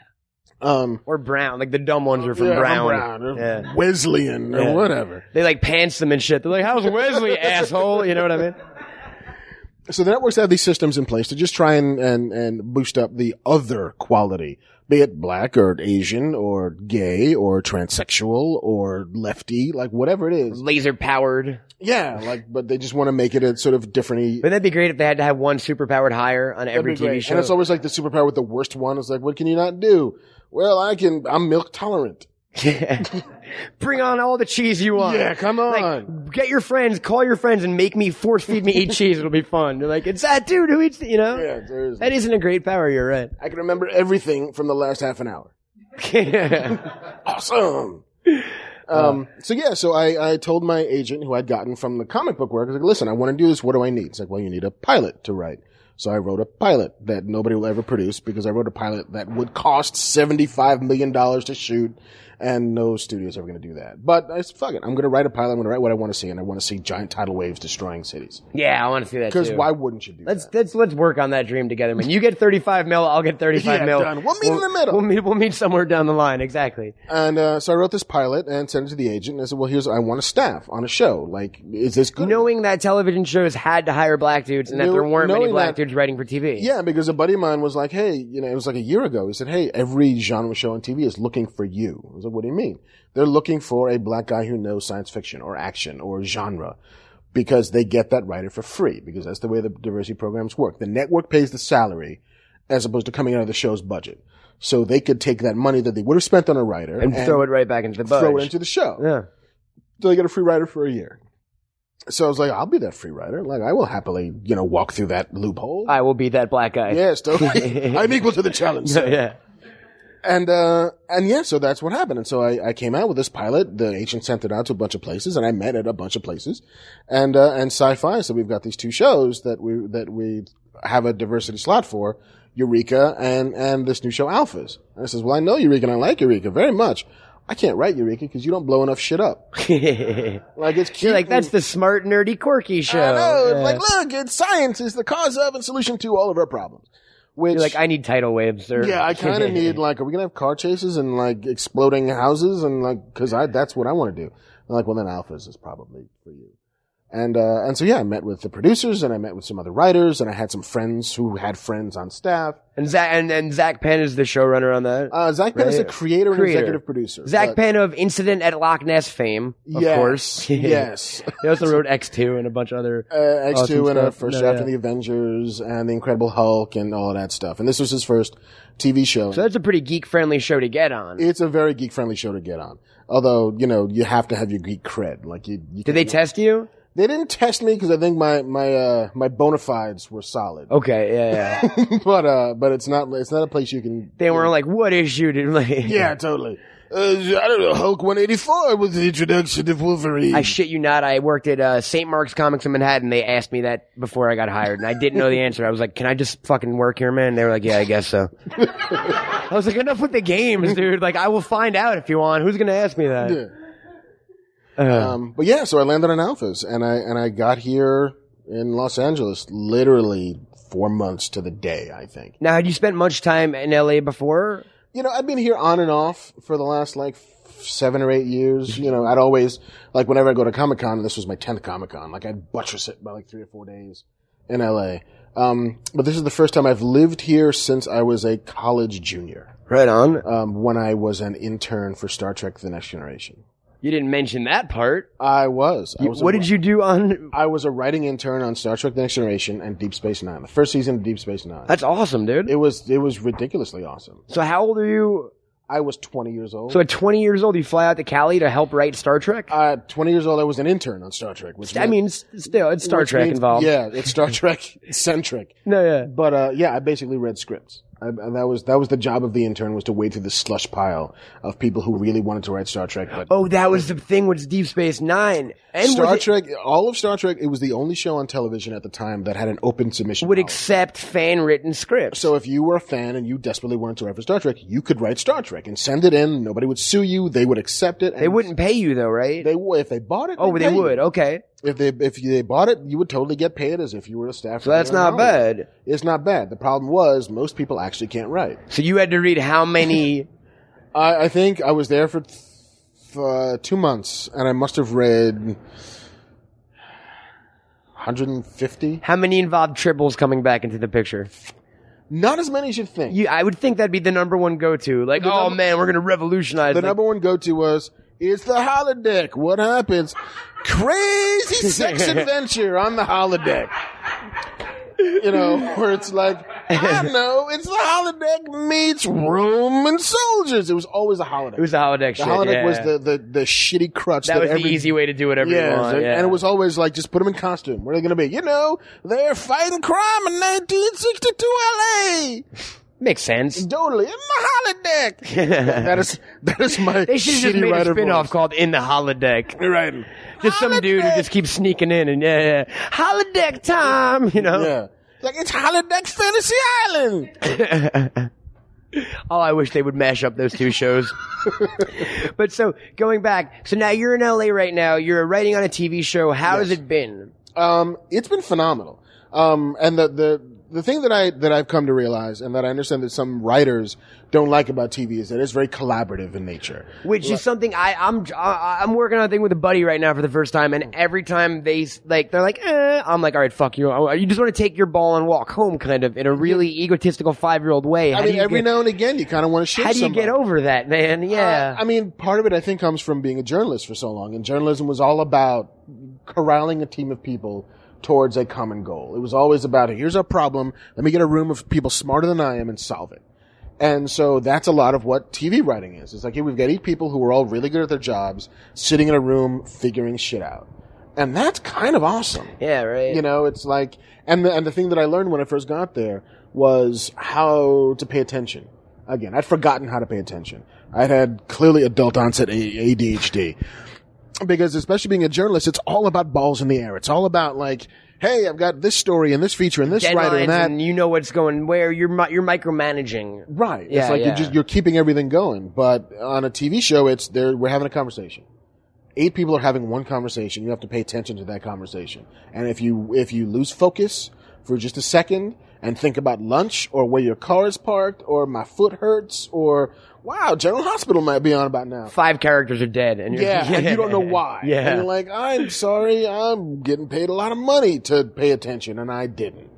Speaker 4: Um,
Speaker 2: Or Brown, like the dumb ones are from
Speaker 4: yeah,
Speaker 2: Brown.
Speaker 4: or
Speaker 2: Yeah.
Speaker 4: Wesleyan, or
Speaker 2: Yeah.
Speaker 4: whatever.
Speaker 2: They like pants them and shit. They're like, "How's
Speaker 4: [LAUGHS]
Speaker 2: Wesley, asshole?" You know what I mean?
Speaker 4: so the networks have these systems in place to just try and, and, and boost up the other quality, be it black or Asian or gay or transsexual or lefty, like whatever it is.
Speaker 2: Laser powered.
Speaker 4: Yeah, like, but they just want to make it a sort of different.
Speaker 2: Wouldn't that be great if they had to have one superpowered hire on every TV show?
Speaker 4: And it's always like the superpower with the worst one. It's like, what can you not do? Well, I can, I'm milk tolerant.
Speaker 2: [LAUGHS] Yeah. Bring on all the cheese you want.
Speaker 4: Yeah, come on.
Speaker 2: Like, get your friends, call your friends, and make me force feed me eat cheese. It'll be fun. They're like, it's that dude who eats, you know?
Speaker 4: Yeah, seriously.
Speaker 2: That isn't a great power, you're
Speaker 4: [LAUGHS]
Speaker 2: right.
Speaker 4: I can remember everything from the last half an hour. awesome. Um, so yeah, so I, I told my agent who I'd gotten from the comic book work, I was like, listen, I want to do this. What do I need? It's like, well, you need a pilot to write. So I wrote a pilot that nobody will ever produce because I wrote a pilot that would cost $75 million to shoot and no studio's ever going to do that. But I said, fuck it. I'm going to write a pilot. I'm going to write what I want to see and I want to see giant tidal waves destroying cities.
Speaker 2: yeah, I want to see that
Speaker 4: Cause
Speaker 2: too.
Speaker 4: why wouldn't you do
Speaker 2: Let's,
Speaker 4: that?
Speaker 2: let's let's work on that dream together, man. You get 35 mil, I'll get 35
Speaker 4: Yeah,
Speaker 2: mil.
Speaker 4: done. We'll meet in the middle.
Speaker 2: We'll meet, we'll meet somewhere down the line, exactly.
Speaker 4: And, uh, so I wrote this pilot and sent it to the agent and I said, well, here's, I want a staff on a show. Like, is this good?
Speaker 2: Knowing that television shows had to hire black dudes and that
Speaker 4: Know-
Speaker 2: there weren't many
Speaker 4: knowing
Speaker 2: black
Speaker 4: that-
Speaker 2: dudes writing for TV.
Speaker 4: Yeah, because a buddy of mine was like, hey, you know, it was like a year ago. He said, hey, every genre show on TV is looking for you. I was like, what do you mean? They're looking for a black guy who knows science fiction or action or genre because they get that writer for free because that's the way the diversity programs work. The network pays the salary as opposed to coming out of the show's budget. So they could take that money that they would have spent on a writer
Speaker 2: And, throw it right back into the budge.
Speaker 4: throw it into the show.
Speaker 2: yeah.
Speaker 4: So they get a free rider for a year. So I was like, I'll be that free rider. Like, I will happily, you know, walk through that loophole.
Speaker 2: I will be that black guy. [LAUGHS]
Speaker 4: Yes, totally. I'm equal to the challenge. sir.
Speaker 2: yeah. [LAUGHS]
Speaker 4: And uh, and yeah, so that's what happened. And so I, I came out with this pilot. The agent sent it out to a bunch of places, and I met at a bunch of places. And uh, and sci-fi. So we've got these two shows that we that we have a diversity slot for Eureka and and this new show Alphas. And I says, well, I know Eureka, and I like Eureka very much. I can't write Eureka because you don't blow enough shit up. [LAUGHS] Like it's cute.
Speaker 2: You're like,
Speaker 4: and-
Speaker 2: that's the smart, nerdy, quirky show.
Speaker 4: I know.
Speaker 2: Yeah.
Speaker 4: It's Like, look, it's science is the cause of and solution to all of our problems. Which
Speaker 2: You're like, I need tidal waves, sir.
Speaker 4: Yeah,
Speaker 2: [LAUGHS]
Speaker 4: I kind of need like, are we gonna have car chases and like exploding houses and like, cause I that's what I want to do. I'm like, well then alphas is probably for you. And uh, and so yeah, I met with the producers and I met with some other writers and I had some friends who had friends on staff.
Speaker 2: and Zach and, and Zach Penn is the showrunner on that.
Speaker 4: Uh, Zach Penn is the
Speaker 2: Right.
Speaker 4: creator, and
Speaker 2: Creator.
Speaker 4: executive producer.
Speaker 2: Zach
Speaker 4: Uh,
Speaker 2: Penn of Incident at Loch Ness fame, of
Speaker 4: yes,
Speaker 2: course. [LAUGHS]
Speaker 4: [LAUGHS] yes.
Speaker 2: he also wrote X two and a bunch of other.
Speaker 4: Uh, X
Speaker 2: Awesome
Speaker 4: two and a
Speaker 2: stuff.
Speaker 4: first
Speaker 2: No,
Speaker 4: draft
Speaker 2: yeah.
Speaker 4: of the Avengers and the Incredible Hulk and all of that stuff. And this was his first TV show.
Speaker 2: so that's a pretty geek friendly show to get on.
Speaker 4: it's a very geek friendly show to get on. Although you know you have to have your geek cred. Like you, you
Speaker 2: Did they test you?
Speaker 4: They didn't test me because I think my my uh, my bona fides were solid.
Speaker 2: Okay,
Speaker 4: [LAUGHS]
Speaker 2: yeah, yeah.
Speaker 4: but uh, but it's not it's not a place you can.
Speaker 2: they weren't like, what issue did [LAUGHS] like?
Speaker 4: Yeah, totally. Uh, I don't know. Hulk 184 was the introduction of Wolverine.
Speaker 2: I shit you not. I worked at uh, St. Mark's Comics in Manhattan. They asked me that before I got hired, and I didn't
Speaker 4: [LAUGHS]
Speaker 2: know the answer. I was like, "Can I just fucking work here, man?" And they were like, "Yeah, I guess so." I was like, "Enough with the games, dude. Like, I will find out if you want. Who's gonna ask me that?"
Speaker 4: Yeah.
Speaker 2: Uh,
Speaker 4: um, but yeah, so I landed on Alphas, and I and I got here in Los Angeles literally four months to the day. I think.
Speaker 2: now, had you spent much time in LA before?
Speaker 4: you know, I've been here on and off for the last like f- seven or eight years. You know, I'd always like whenever I go to Comic Con, and this was my tenth Comic Con, like I'd buttress it by like three or four days in LA. Um, but this is the first time I've lived here since I was a college junior,
Speaker 2: Right on.
Speaker 4: um, when I was an intern for Star Trek: The Next Generation.
Speaker 2: You didn't mention that part.
Speaker 4: I was. I was
Speaker 2: What
Speaker 4: a,
Speaker 2: did you do
Speaker 4: [LAUGHS]
Speaker 2: on?
Speaker 4: I was a writing intern on Star Trek: The Next Generation and Deep Space Nine, the first season of Deep Space Nine.
Speaker 2: That's awesome, dude.
Speaker 4: it was it was ridiculously awesome.
Speaker 2: so, how old are you?
Speaker 4: I was 20 years old.
Speaker 2: So at 20 years old, you fly out to Cali to help write Star Trek.
Speaker 4: uh, 20 years old, I was an intern on Star Trek. Which
Speaker 2: I mean, s- still, it's Star
Speaker 4: which
Speaker 2: Trek
Speaker 4: means-
Speaker 2: involved.
Speaker 4: Yeah,
Speaker 2: [LAUGHS]
Speaker 4: it's Star Trek centric.
Speaker 2: No, yeah.
Speaker 4: But uh, yeah, I basically read scripts. I, and that was that was the job of the intern was to wade through the slush pile of people who really wanted to write Star Trek. But
Speaker 2: Oh, that was the thing with Deep Space Nine. And
Speaker 4: Star
Speaker 2: would,
Speaker 4: Trek, all of Star Trek, it was the only show on television at the time that had an open submission.
Speaker 2: would
Speaker 4: policy.
Speaker 2: accept fan written scripts.
Speaker 4: So if you were a fan and you desperately wanted to write for Star Trek, you could write Star Trek and send it in. Nobody would sue you. They would accept it. And
Speaker 2: they wouldn't pay you though, right?
Speaker 4: They would if they bought it.
Speaker 2: oh,
Speaker 4: they'd
Speaker 2: they
Speaker 4: pay you.
Speaker 2: would. Okay,
Speaker 4: If they if you- they bought it, you would totally get paid as if you were a staff.
Speaker 2: so that's
Speaker 4: writer on
Speaker 2: not
Speaker 4: Hollywood.
Speaker 2: bad.
Speaker 4: It's not bad. The problem was most people actually can't write.
Speaker 2: So you had to read how
Speaker 4: [LAUGHS]
Speaker 2: many?
Speaker 4: I, I think I was there for th- uh, two months, and I must have read 150.
Speaker 2: how many involved triples coming back into the picture?
Speaker 4: Not as many as you think.
Speaker 2: You, I would think that'd be the number one go to. Like, oh
Speaker 4: number-
Speaker 2: man, we're gonna revolutionize.
Speaker 4: the
Speaker 2: like,
Speaker 4: number one go-to was it's the holodeck. What happens?
Speaker 2: [LAUGHS]
Speaker 4: Crazy sex adventure on the holodeck. You know, where it's like,
Speaker 2: [LAUGHS]
Speaker 4: I know, it's the holodeck meets Roman soldiers. It was always a holodeck.
Speaker 2: it was the holodeck.
Speaker 4: the
Speaker 2: shit,
Speaker 4: holodeck
Speaker 2: yeah.
Speaker 4: was the, the, the shitty crutch that,
Speaker 2: that was
Speaker 4: every,
Speaker 2: the easy way to do whatever you
Speaker 4: yeah,
Speaker 2: want.
Speaker 4: so-
Speaker 2: yeah.
Speaker 4: and it was always like, just put them in costume. Where are they going to be? You know, they're fighting crime in 1962 LA.
Speaker 2: makes sense.
Speaker 4: Totally in the holodeck.
Speaker 2: [LAUGHS]
Speaker 4: that is that is my
Speaker 2: They should
Speaker 4: shitty
Speaker 2: have just made a
Speaker 4: writer
Speaker 2: spin-off
Speaker 4: voice.
Speaker 2: called "In the Holodeck."
Speaker 4: Right.
Speaker 2: Just some dude who
Speaker 4: Holodeck.
Speaker 2: just keeps sneaking in and yeah, yeah. holodeck time, you know.
Speaker 4: Yeah. Like it's Holodeck Fantasy Island.
Speaker 2: Oh, I wish they would mash up those two shows.
Speaker 4: [LAUGHS]
Speaker 2: but so going back, so now you're in LA right now. You're writing on a TV show. How has it been?
Speaker 4: Um, it's been phenomenal. Um, and the, the, the thing that I, that I've come to realize and that I understand that some writers don't like about TV is that it's very collaborative in nature.
Speaker 2: Which is something I I'm I, I'm working on a thing with a buddy right now for the first time, and every time they s- like they're like, eh, I'm like, all right, fuck you. Oh, You just want to take your ball and walk home, kind of in a really egotistical five year old way. How
Speaker 4: I
Speaker 2: do
Speaker 4: mean,
Speaker 2: you
Speaker 4: every
Speaker 2: get,
Speaker 4: now and again, you kind of want to shit
Speaker 2: how do you
Speaker 4: somebody.
Speaker 2: get over that, man? Yeah.
Speaker 4: Uh, I mean, part of it I think comes from being a journalist for so long, and journalism was all about corralling a team of people towards a common goal. It was always about here's our problem, let me get a room of people smarter than I am and solve it. And so that's a lot of what TV writing is. It's like, here we've got eight people who are all really good at their jobs, sitting in a room figuring shit out. And that's kind of awesome.
Speaker 2: yeah, right.
Speaker 4: You know, it's like, and the, and the thing that I learned when I first got there was how to pay attention. Again, I'd forgotten how to pay attention. I'd had clearly adult onset A- ADHD. Because especially being a journalist, it's all about balls in the air. It's all about like, hey, I've got this story and this feature and this writer
Speaker 2: Deadlines
Speaker 4: and that.
Speaker 2: and you know what's going where. You're mi- you're micromanaging.
Speaker 4: Right.
Speaker 2: Yeah,
Speaker 4: it's like
Speaker 2: yeah.
Speaker 4: you're just you're keeping everything going. But on a TV show, it's there we're having a conversation. Eight people are having one conversation. You have to pay attention to that conversation. And if you if you lose focus for just a second and think about lunch or where your car is parked or my foot hurts or wow, General Hospital might be on about now.
Speaker 2: Five characters are dead, and you're, [LAUGHS]
Speaker 4: Yeah, [LAUGHS] and you don't know why.
Speaker 2: Yeah.
Speaker 4: And you're like, I'm sorry, I'm getting paid a lot of money to pay attention, and I didn't.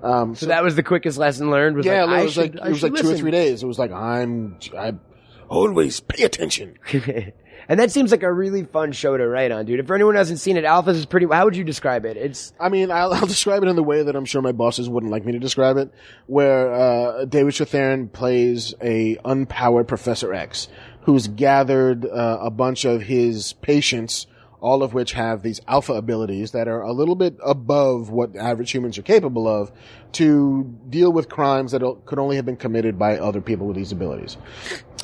Speaker 4: Um,
Speaker 2: so that was the quickest lesson learned. Was
Speaker 4: yeah,
Speaker 2: like, I
Speaker 4: it was
Speaker 2: should-
Speaker 4: like
Speaker 2: I
Speaker 4: it was
Speaker 2: should
Speaker 4: like two or
Speaker 2: listen.
Speaker 4: three days. It was like I'm I always pay attention.
Speaker 2: [LAUGHS] and that seems like a really fun show to write on, dude. If anyone hasn't seen it, Alphas is pretty. How would you describe it? It's
Speaker 4: I mean, I'll, I'll describe it in the way that I'm sure my bosses wouldn't like me to describe it, where uh, David Strathairn plays a unpowered Professor X who's gathered uh, a bunch of his patients, all of which have these alpha abilities that are a little bit above what average humans are capable of, to deal with crimes that could only have been committed by other people with these abilities.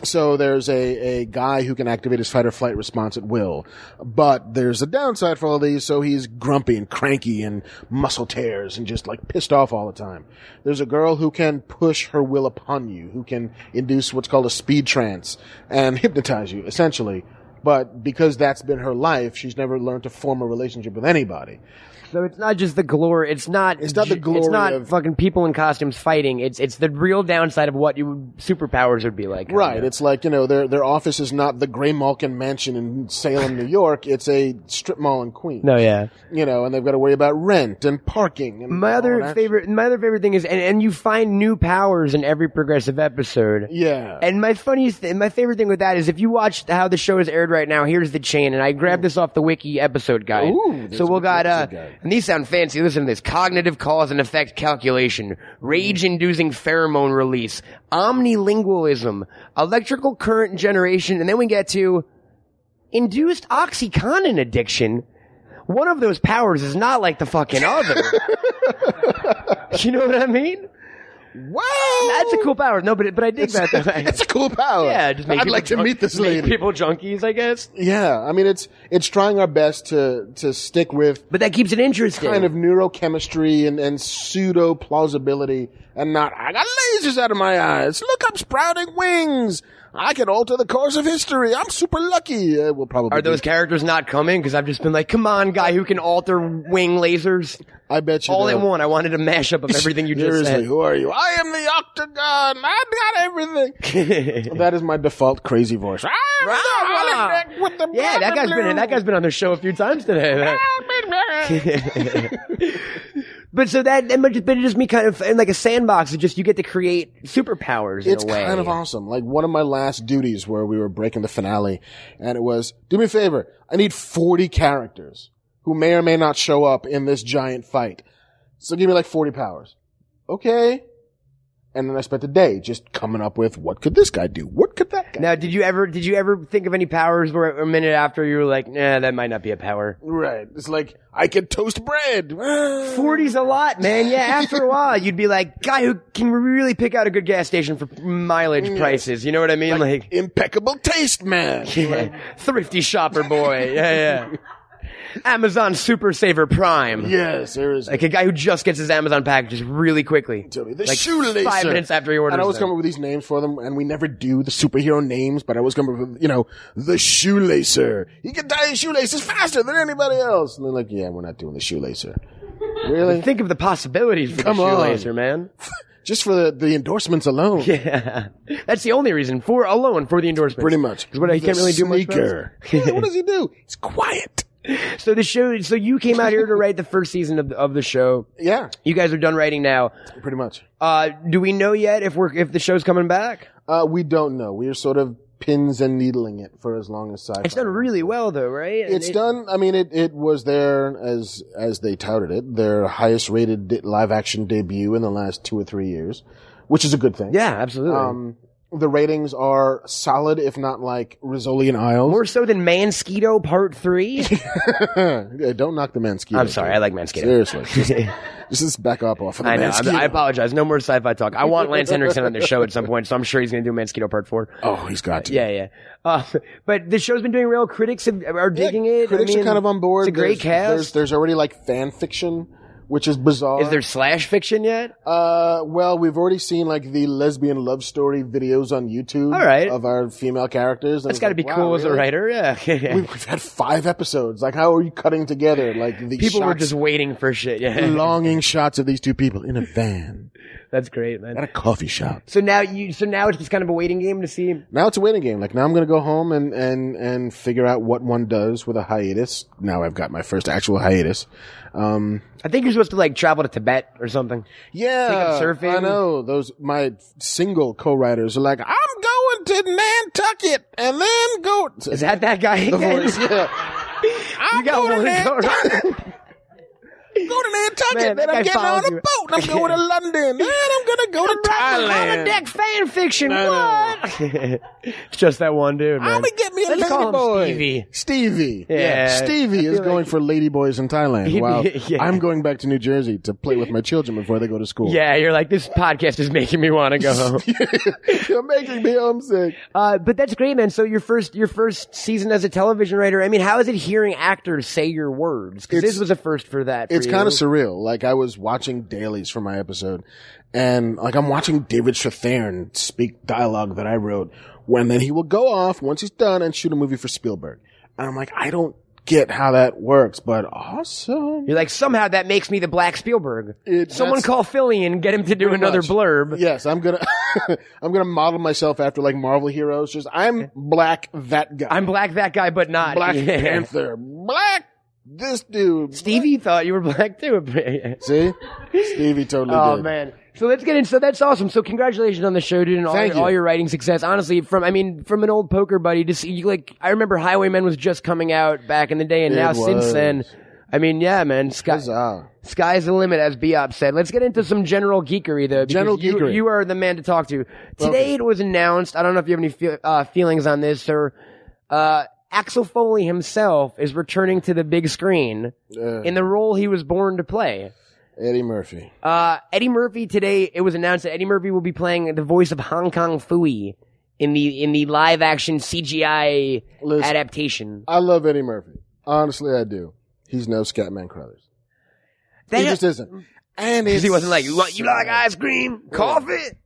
Speaker 4: So there's a, a guy who can activate his fight or flight response at will. But there's a downside for all these, so he's grumpy and cranky and muscle tears and just like pissed off all the time. There's a girl who can push her will upon you, who can induce what's called a speed trance and [LAUGHS] hypnotize you, essentially. But because that's been her life, she's never learned to form a relationship with anybody.
Speaker 2: so it's not just the glory. It's not.
Speaker 4: It's not the
Speaker 2: ju- It's
Speaker 4: glory
Speaker 2: not
Speaker 4: of-
Speaker 2: fucking people in costumes fighting. It's it's the real downside of what you would, superpowers would be like.
Speaker 4: Right. It's like, you know, their their office is not the Grey Malkin mansion in Salem, New York. It's a strip mall in Queens.
Speaker 2: No. Yeah.
Speaker 4: you know, and they've got to worry about rent and parking. And
Speaker 2: My
Speaker 4: all
Speaker 2: other
Speaker 4: that.
Speaker 2: favorite. My other favorite thing is, and, and you find new powers in every progressive episode.
Speaker 4: yeah,
Speaker 2: And my funniest, th- my favorite thing with that is if you watch how the show is aired right now. Here's the chain, and I grabbed this off the wiki episode guide.
Speaker 4: Ooh, there's
Speaker 2: so
Speaker 4: a
Speaker 2: we'll
Speaker 4: wiki
Speaker 2: got uh,
Speaker 4: episode guide.
Speaker 2: and these sound fancy. Listen to this: cognitive cause and effect calculation, rage-inducing pheromone release, omnilingualism, electrical current generation, and then we get to induced oxycontin addiction. One of those powers is not like the fucking
Speaker 4: [LAUGHS]
Speaker 2: other. you know what I mean?
Speaker 4: Wow,
Speaker 2: That's a cool power. No, but but I dig
Speaker 4: [LAUGHS]
Speaker 2: that. though.
Speaker 4: That's a cool power.
Speaker 2: Yeah, just make
Speaker 4: I'd
Speaker 2: people
Speaker 4: like to
Speaker 2: drunk-
Speaker 4: meet this
Speaker 2: [LAUGHS] make
Speaker 4: lady.
Speaker 2: people junkies, I guess.
Speaker 4: yeah, I mean it's it's trying our best to to stick with
Speaker 2: But that keeps it interesting.
Speaker 4: kind of neurochemistry and, and pseudo plausibility and not, I got lasers out of my eyes. Look, I'm sprouting wings. I can alter the course of history. I'm super lucky. Uh, we'll probably
Speaker 2: Are those
Speaker 4: be-
Speaker 2: characters not coming? Because I've just been like, come on, guy who can alter wing lasers
Speaker 4: I bet you.
Speaker 2: all in
Speaker 4: they'll-
Speaker 2: one. I wanted a mashup of everything you just
Speaker 4: Seriously,
Speaker 2: said.
Speaker 4: who are you? I am the Octagon. I've got
Speaker 2: [LAUGHS]
Speaker 4: everything. that is my default crazy voice. I'm the Holodeck with the
Speaker 2: yeah, that
Speaker 4: black
Speaker 2: guy's
Speaker 4: and
Speaker 2: been
Speaker 4: blue.
Speaker 2: that guy's been on the show a few times
Speaker 4: [LAUGHS]
Speaker 2: today. [LAUGHS] but so that, that much- but it just me kind of in like a sandbox. It just you get to create superpowers.
Speaker 4: It's
Speaker 2: in a way.
Speaker 4: kind of awesome. Like one of my last duties where we were breaking the finale, and it was do me a favor. I need forty characters who may or may not show up in this giant fight. So give me like forty powers. Okay. And then I spent the day just coming up with what could this guy do? What could that guy?
Speaker 2: Now, did you ever did you ever think of any powers where a minute after you were like, nah, that might not be a power?
Speaker 4: right. It's like I could toast
Speaker 2: [GASPS]
Speaker 4: bread.
Speaker 2: Forty's a lot, man.
Speaker 4: [LAUGHS]
Speaker 2: Yeah, after a while, you'd be like, guy who can really pick out a good gas station for mileage prices. You know what I mean? Like,
Speaker 4: impeccable taste, man.
Speaker 2: thrifty shopper boy. Yeah, yeah. Amazon Super Saver Prime.
Speaker 4: yes, there is.
Speaker 2: Like a guy who just gets his Amazon packages really quickly.
Speaker 4: Tony. The
Speaker 2: like
Speaker 4: shoelacer.
Speaker 2: Five minutes after he orders
Speaker 4: And I always
Speaker 2: them.
Speaker 4: come up with these names for them, and we never do the superhero names, but I always come up with, you know, the shoelacer. He can tie his shoelaces faster than anybody else. And they're like, yeah, we're not doing the shoelacer. Really?
Speaker 2: Think of the possibilities for
Speaker 4: Come
Speaker 2: the
Speaker 4: on.
Speaker 2: shoelacer, man. [LAUGHS]
Speaker 4: Just for the, the endorsements alone.
Speaker 2: Yeah. That's the only reason for alone for the endorsement.
Speaker 4: Pretty much.
Speaker 2: 'Cause what, he
Speaker 4: The
Speaker 2: can't really do much [LAUGHS]
Speaker 4: sneaker.
Speaker 2: for us?
Speaker 4: Yeah, what does he do? He's quiet.
Speaker 2: So the show. So you came out here to write the first season of the, of the show.
Speaker 4: Yeah,
Speaker 2: You guys are done writing now.
Speaker 4: pretty much.
Speaker 2: Uh, do we know yet if we're if the show's coming back?
Speaker 4: Uh, we don't know. We are sort of pins and needling it for as long as sci-fi.
Speaker 2: It's done really well though, right? And
Speaker 4: It's
Speaker 2: it-
Speaker 4: done. I mean, it, it was their as as they touted it, their highest rated de- live action debut in the last two or three years, which is a good thing.
Speaker 2: Yeah, absolutely.
Speaker 4: Um, the ratings are solid, if not like Rizzoli and Isles. [LAUGHS]
Speaker 2: More so than Mansquito Part Three.
Speaker 4: Yeah, don't knock the Mansquito.
Speaker 2: I'm sorry, I like Mansquito. [LAUGHS]
Speaker 4: Seriously, just, just- just back up off of the
Speaker 2: I know.
Speaker 4: Mansquito.
Speaker 2: I, I apologize. No more sci-fi talk. I want Lance Henriksen on the show at some point, so I'm sure he's going to do Mansquito Part Four.
Speaker 4: oh, he's got to.
Speaker 2: Yeah, yeah. Uh, but the show's been doing real. Critics have, are
Speaker 4: Yeah,
Speaker 2: digging it. I
Speaker 4: Critics
Speaker 2: mean,
Speaker 4: are kind of on board.
Speaker 2: It's a great
Speaker 4: there's,
Speaker 2: cast.
Speaker 4: There's, there's already like fan fiction, which is bizarre.
Speaker 2: Is there slash fiction yet?
Speaker 4: Uh, well, we've already seen like the lesbian love story videos on YouTube.
Speaker 2: All right.
Speaker 4: Of our female characters. and
Speaker 2: That's
Speaker 4: it's
Speaker 2: got to
Speaker 4: like,
Speaker 2: be
Speaker 4: wow,
Speaker 2: cool as a
Speaker 4: really? [LAUGHS]
Speaker 2: writer. Yeah. [LAUGHS]
Speaker 4: We've, we've had five episodes. Like, how are you cutting together? Like the
Speaker 2: People were
Speaker 4: shots-
Speaker 2: just waiting for shit.
Speaker 4: [LAUGHS]
Speaker 2: Yeah.
Speaker 4: longing shots of these two people in a van
Speaker 2: That's great, man.
Speaker 4: at a coffee shop.
Speaker 2: So now you, so now it's just kind of a waiting game to see.
Speaker 4: Now it's a waiting game. Like now I'm gonna go home and and and figure out what one does with a hiatus. Now I've got my first actual hiatus. Um,
Speaker 2: I think you're supposed to like travel to Tibet or something.
Speaker 4: Yeah,
Speaker 2: Think of surfing?
Speaker 4: I know those my single co-writers are like, I'm going to Nantucket and then go.
Speaker 2: Is that that guy?
Speaker 4: the
Speaker 2: again? [LAUGHS]
Speaker 4: voice? Yeah,
Speaker 2: you got
Speaker 4: going
Speaker 2: one
Speaker 4: there.
Speaker 2: going [LAUGHS] on.
Speaker 4: go to Nantucket,
Speaker 2: Man, that
Speaker 4: then I'm
Speaker 2: guy
Speaker 4: getting on
Speaker 2: follows
Speaker 4: a
Speaker 2: you.
Speaker 4: boat and I'm
Speaker 2: [LAUGHS]
Speaker 4: going to London, then I'm gonna go to Thailand.
Speaker 2: Holodeck fan fiction.
Speaker 4: No, no.
Speaker 2: what? [LAUGHS] it's just that one dude, man.
Speaker 4: I'm gonna get me a
Speaker 2: Let's call him
Speaker 4: ladyboy.
Speaker 2: Stevie.
Speaker 4: Stevie.
Speaker 2: Yeah. I
Speaker 4: Stevie
Speaker 2: feel
Speaker 4: is going
Speaker 2: like-
Speaker 4: for ladyboys in Thailand. Wow.
Speaker 2: [LAUGHS] Yeah.
Speaker 4: I'm going back to New Jersey to play with my children before they go to school.
Speaker 2: yeah, you're like this podcast is making me want to go [LAUGHS] home.
Speaker 4: [LAUGHS] You're making me homesick.
Speaker 2: Uh, but that's great, man. So your first your first season as a television writer. I mean, how is it hearing actors say your words? Because this
Speaker 4: It's-
Speaker 2: was a first for that. for
Speaker 4: It's
Speaker 2: you.
Speaker 4: kind of surreal. Like I was watching dailies for my episode, and like I'm watching David Strathairn speak dialogue that I wrote. When then he will go off once he's done and shoot a movie for Spielberg, and I'm like, I don't get how that works, but awesome.
Speaker 2: You're like somehow that makes me the Black Spielberg.
Speaker 4: It-
Speaker 2: Someone
Speaker 4: that's-
Speaker 2: call Philly and get him to do another
Speaker 4: much.
Speaker 2: blurb.
Speaker 4: Yes, I'm gonna, [LAUGHS] I'm gonna model myself after like Marvel heroes. Just I'm black that guy.
Speaker 2: I'm black that guy, but not
Speaker 4: black
Speaker 2: Yeah.
Speaker 4: Panther. Black This
Speaker 2: [LAUGHS]
Speaker 4: dude.
Speaker 2: Stevie thought you were black too.
Speaker 4: [LAUGHS] See? Stevie totally
Speaker 2: oh
Speaker 4: did.
Speaker 2: man. So let's get in. So that's awesome. So congratulations on the show, dude, and all,
Speaker 4: Thank
Speaker 2: your,
Speaker 4: you.
Speaker 2: all your writing success. Honestly, from I mean, from an old poker buddy, to see you like I remember Highwaymen was just coming out back in the day, and
Speaker 4: It
Speaker 2: now since
Speaker 4: was.
Speaker 2: then, I mean, yeah, man, sky,
Speaker 4: Huzzah.
Speaker 2: sky's the limit, as Biop said. Let's get into some general geekery though. because
Speaker 4: General
Speaker 2: you,
Speaker 4: geekery.
Speaker 2: You are the man to talk to. Today
Speaker 4: Welcome.
Speaker 2: it was announced. I don't know if you have any feel, uh, feelings on this, sir. Uh, Axel Foley himself is returning to the big screen
Speaker 4: Yeah.
Speaker 2: in the role he was born to play.
Speaker 4: Eddie Murphy.
Speaker 2: Uh, Eddie Murphy today. It was announced that Eddie Murphy will be playing the voice of Hong Kong Fooey in the in the live action CGI
Speaker 4: Listen.
Speaker 2: adaptation.
Speaker 4: I love Eddie Murphy. Honestly, I do. He's no Scatman Crothers. He just isn't.
Speaker 2: [LAUGHS]
Speaker 4: And
Speaker 2: because
Speaker 4: it's
Speaker 2: he wasn't like you, like- you like ice cream, coffee.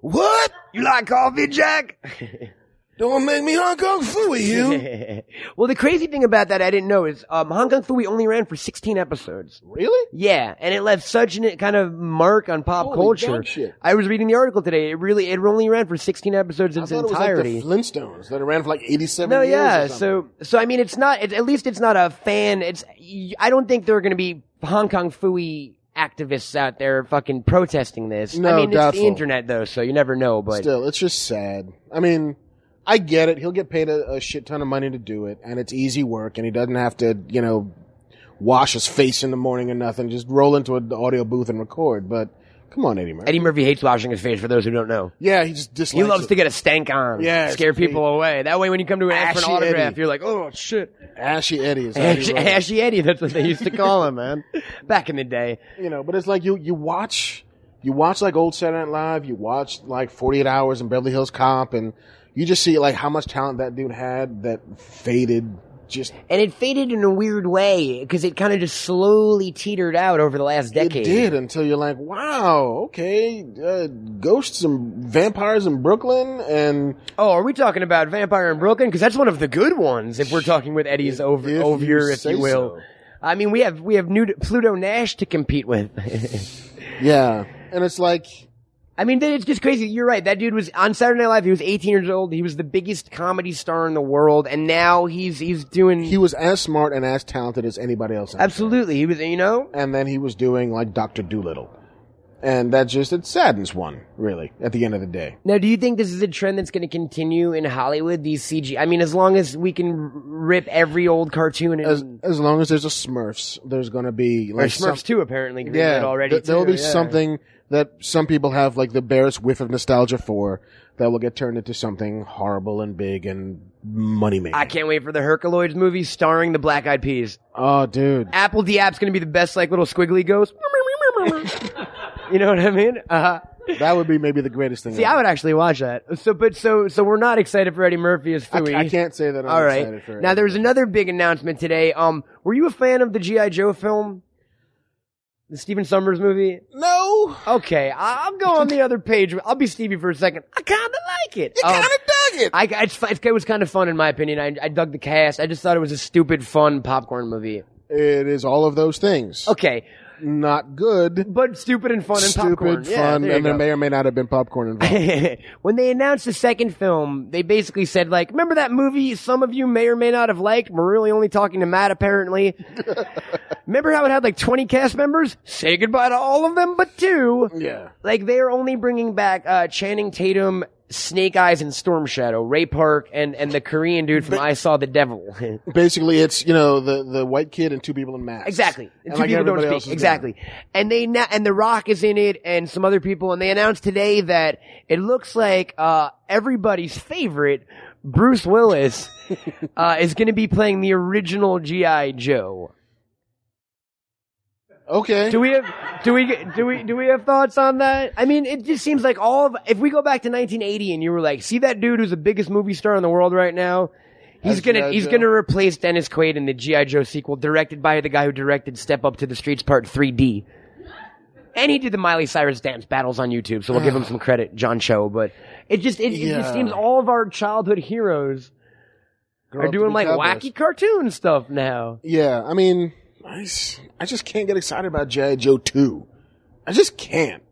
Speaker 2: What you like coffee, Jack?
Speaker 4: Don't make me Hong Kong fooey,
Speaker 2: [LAUGHS]
Speaker 4: you.
Speaker 2: well, the crazy thing about that I didn't know is um, Hong Kong Fooey only ran for 16 episodes.
Speaker 4: really?
Speaker 2: Yeah, and it left such an kind of mark on pop
Speaker 4: Holy
Speaker 2: culture.
Speaker 4: dog shit.
Speaker 2: I was reading the article today. It really, it only ran for 16 episodes in
Speaker 4: I
Speaker 2: its
Speaker 4: thought it was like
Speaker 2: entirety.
Speaker 4: the Flintstones that ran for like eighty-seven.
Speaker 2: No,
Speaker 4: years
Speaker 2: yeah.
Speaker 4: or something.
Speaker 2: So, so I mean, it's not. It's, at least it's not a fan. It's. y- I don't think there are going to be Hong Kong fooey activists out there fucking protesting this. I
Speaker 4: No,
Speaker 2: mean, it's
Speaker 4: doubtful.
Speaker 2: the internet though, so you never know. But
Speaker 4: Still, it's just sad. I mean, I get it. He'll get paid a, a shit ton of money to do it, and it's easy work, and he doesn't have to, you know, wash his face in the morning or nothing. Just roll into an audio booth and record. But come on, Eddie Murphy.
Speaker 2: Eddie Murphy hates washing his face. For those who don't know,
Speaker 4: yeah, he just dislikes.
Speaker 2: he loves
Speaker 4: it.
Speaker 2: to get a stank on.
Speaker 4: Yeah,
Speaker 2: scare
Speaker 4: it's-
Speaker 2: people away. That way, when you come to an ask for an
Speaker 4: Ashy
Speaker 2: autograph,
Speaker 4: Eddie.
Speaker 2: you're like, oh shit,
Speaker 4: ashy Eddie. Is how he
Speaker 2: Ash- [LAUGHS]
Speaker 4: rolls.
Speaker 2: Ashy Eddie. That's what they used to call him,
Speaker 4: [LAUGHS]
Speaker 2: man. Back in the day.
Speaker 4: you know, but it's like you you watch you watch like old Saturday Night Live, you watch like 48 Hours and Beverly Hills Cop, and you just see like how much talent that dude had that faded. Just
Speaker 2: And it faded in a weird way because it kind of just slowly teetered out over the last decade.
Speaker 4: it did until you're like, wow, okay, uh, ghosts and vampires in Brooklyn, and
Speaker 2: Oh, are we talking about Vampire in Brooklyn? Because that's one of the good ones. If we're talking with Eddie's over
Speaker 4: if
Speaker 2: over
Speaker 4: you
Speaker 2: if
Speaker 4: say
Speaker 2: you will.
Speaker 4: so.
Speaker 2: I mean, we have we have new Pluto Nash to compete with. [LAUGHS]
Speaker 4: yeah, and it's like
Speaker 2: I mean, that- it's just crazy. You're right. That dude was on Saturday Night Live. He was 18 years old. He was the biggest comedy star in the world, and now he's he's doing
Speaker 4: he was as smart and as talented as anybody else. out there.
Speaker 2: absolutely. He was, you know,
Speaker 4: and then he was doing like Doctor Doolittle, and that just it saddens one really at the end of the day.
Speaker 2: Now, do you think this is a trend that's going to continue in Hollywood? These CG. I mean, as long as we can r- rip every old cartoon and
Speaker 4: as as long as there's a Smurfs, there's gonna be
Speaker 2: Hmm. or
Speaker 4: like
Speaker 2: Smurfs
Speaker 4: some-
Speaker 2: too, apparently. greenlit
Speaker 4: yeah,
Speaker 2: already.
Speaker 4: th- there'll
Speaker 2: too,
Speaker 4: be
Speaker 2: yeah.
Speaker 4: something that some people have like the barest whiff of nostalgia for that will get turned into something horrible and big and money making.
Speaker 2: I can't wait for the Herculoids movie starring the Black Eyed Peas.
Speaker 4: Oh, dude,
Speaker 2: Apple Diab's going to be the best, like little squiggly ghost. [LAUGHS] you know what I mean? Uh,
Speaker 4: that would be maybe the greatest thing.
Speaker 2: see, I would actually watch that. So, but so, so we're not excited for Eddie Murphy as
Speaker 4: I,
Speaker 2: Fooey.
Speaker 4: I can't say that. I'm
Speaker 2: All right.
Speaker 4: Excited for
Speaker 2: Now
Speaker 4: it.
Speaker 2: there's another big announcement today. Um, were you a fan of the GI Joe film? The Stephen Summers movie?
Speaker 4: no.
Speaker 2: Okay, I- I'll go on the other page. I'll be Stevie for a second. I kind of like it. Um,
Speaker 4: dug it.
Speaker 2: I, it's, fu- it was kind of fun in my opinion. I, I dug the cast. I just thought it was a stupid, fun popcorn movie.
Speaker 4: It is all of those things.
Speaker 2: Okay,
Speaker 4: Not good.
Speaker 2: but stupid and fun and
Speaker 4: Stupid,
Speaker 2: popcorn.
Speaker 4: fun,
Speaker 2: Yeah, there you
Speaker 4: and there
Speaker 2: go.
Speaker 4: may or may not have been popcorn
Speaker 2: [LAUGHS]
Speaker 4: involved.
Speaker 2: when they announced the second film, they basically said, like, remember that movie some of you may or may not have liked? We're really only talking to Matt, apparently. remember how it had like 20 cast members? Say goodbye to all of them but two.
Speaker 4: yeah.
Speaker 2: Like, they're only bringing back uh, Channing Tatum, Snake Eyes, and Storm Shadow, Ray Park, and, and the Korean dude from I Saw the Devil. [LAUGHS]
Speaker 4: Basically, it's you know the the white kid and two people in masks.
Speaker 2: Exactly. And
Speaker 4: And
Speaker 2: two
Speaker 4: like
Speaker 2: people
Speaker 4: everybody
Speaker 2: don't
Speaker 4: else is
Speaker 2: speak.
Speaker 4: gone.
Speaker 2: Exactly. And they na- and The Rock is in it, and some other people, and they announced today that it looks like uh, everybody's favorite Bruce
Speaker 4: [LAUGHS]
Speaker 2: Willis uh, is going to be playing the original GI Joe.
Speaker 4: Okay.
Speaker 2: Do we have do we do we do we have thoughts on that? I mean, it just seems like all of if we go back to 1980 and you were like, see that dude who's the biggest movie star in the world right now. He's
Speaker 4: As
Speaker 2: gonna
Speaker 4: G.I.
Speaker 2: he's
Speaker 4: Joe.
Speaker 2: gonna replace Dennis Quaid in the GI Joe sequel, directed by the guy who directed Step Up to the Streets Part 3D, and he did the Miley Cyrus dance battles on YouTube, so we'll give him some credit, John Cho. But it just it, it
Speaker 4: Yeah.
Speaker 2: just seems all of our childhood heroes
Speaker 4: up
Speaker 2: are
Speaker 4: to
Speaker 2: doing
Speaker 4: be
Speaker 2: like
Speaker 4: fabulous.
Speaker 2: wacky cartoon stuff now.
Speaker 4: Yeah, I mean, I, s- I just can't get excited about G.I. Joe 2. I just can't.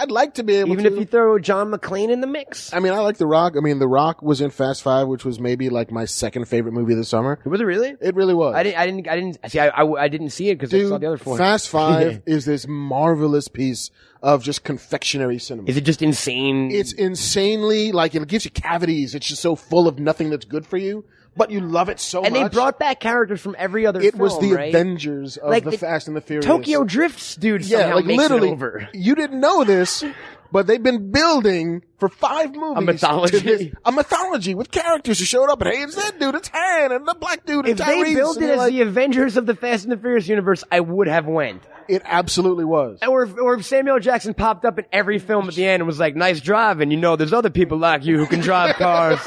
Speaker 4: I'd like to be able
Speaker 2: Even
Speaker 4: to.
Speaker 2: if you throw John McClane in the mix.
Speaker 4: I mean, I like The Rock. I mean, The Rock was in Fast Five, which was maybe like my second favorite movie of the summer.
Speaker 2: Was it really?
Speaker 4: It really was.
Speaker 2: I didn't. I didn't. I didn't see. I, I, I didn't see it because I saw
Speaker 4: Dude,
Speaker 2: the other four. [LAUGHS]
Speaker 4: Fast Five is this marvelous piece of just confectionery cinema.
Speaker 2: Is it just insane?
Speaker 4: It's insanely like it gives you cavities. It's just so full of nothing that's good for you, but you love it so
Speaker 2: and
Speaker 4: much.
Speaker 2: they brought back characters from every other.
Speaker 4: it was
Speaker 2: film,
Speaker 4: the
Speaker 2: right?
Speaker 4: Avengers of
Speaker 2: Like
Speaker 4: the,
Speaker 2: the
Speaker 4: Fast and the Furious.
Speaker 2: Tokyo Drifts, dude. Somehow
Speaker 4: yeah, like
Speaker 2: makes it
Speaker 4: literally.
Speaker 2: over.
Speaker 4: You didn't know this, but they've been building for five movies to
Speaker 2: mythology.
Speaker 4: this- a mythology with characters who showed up. And hey, it's that dude. It's Han and the black dude.
Speaker 2: If
Speaker 4: and Tyrese,
Speaker 2: they built
Speaker 4: and
Speaker 2: it
Speaker 4: you're
Speaker 2: as
Speaker 4: like,
Speaker 2: the Avengers of the Fast and the Furious universe, I would have went.
Speaker 4: it absolutely was.
Speaker 2: Or if, or if Samuel Jackson popped up in every film at the end and was like, "Nice driving," you know, there's other people like you who can drive
Speaker 4: [LAUGHS]
Speaker 2: cars.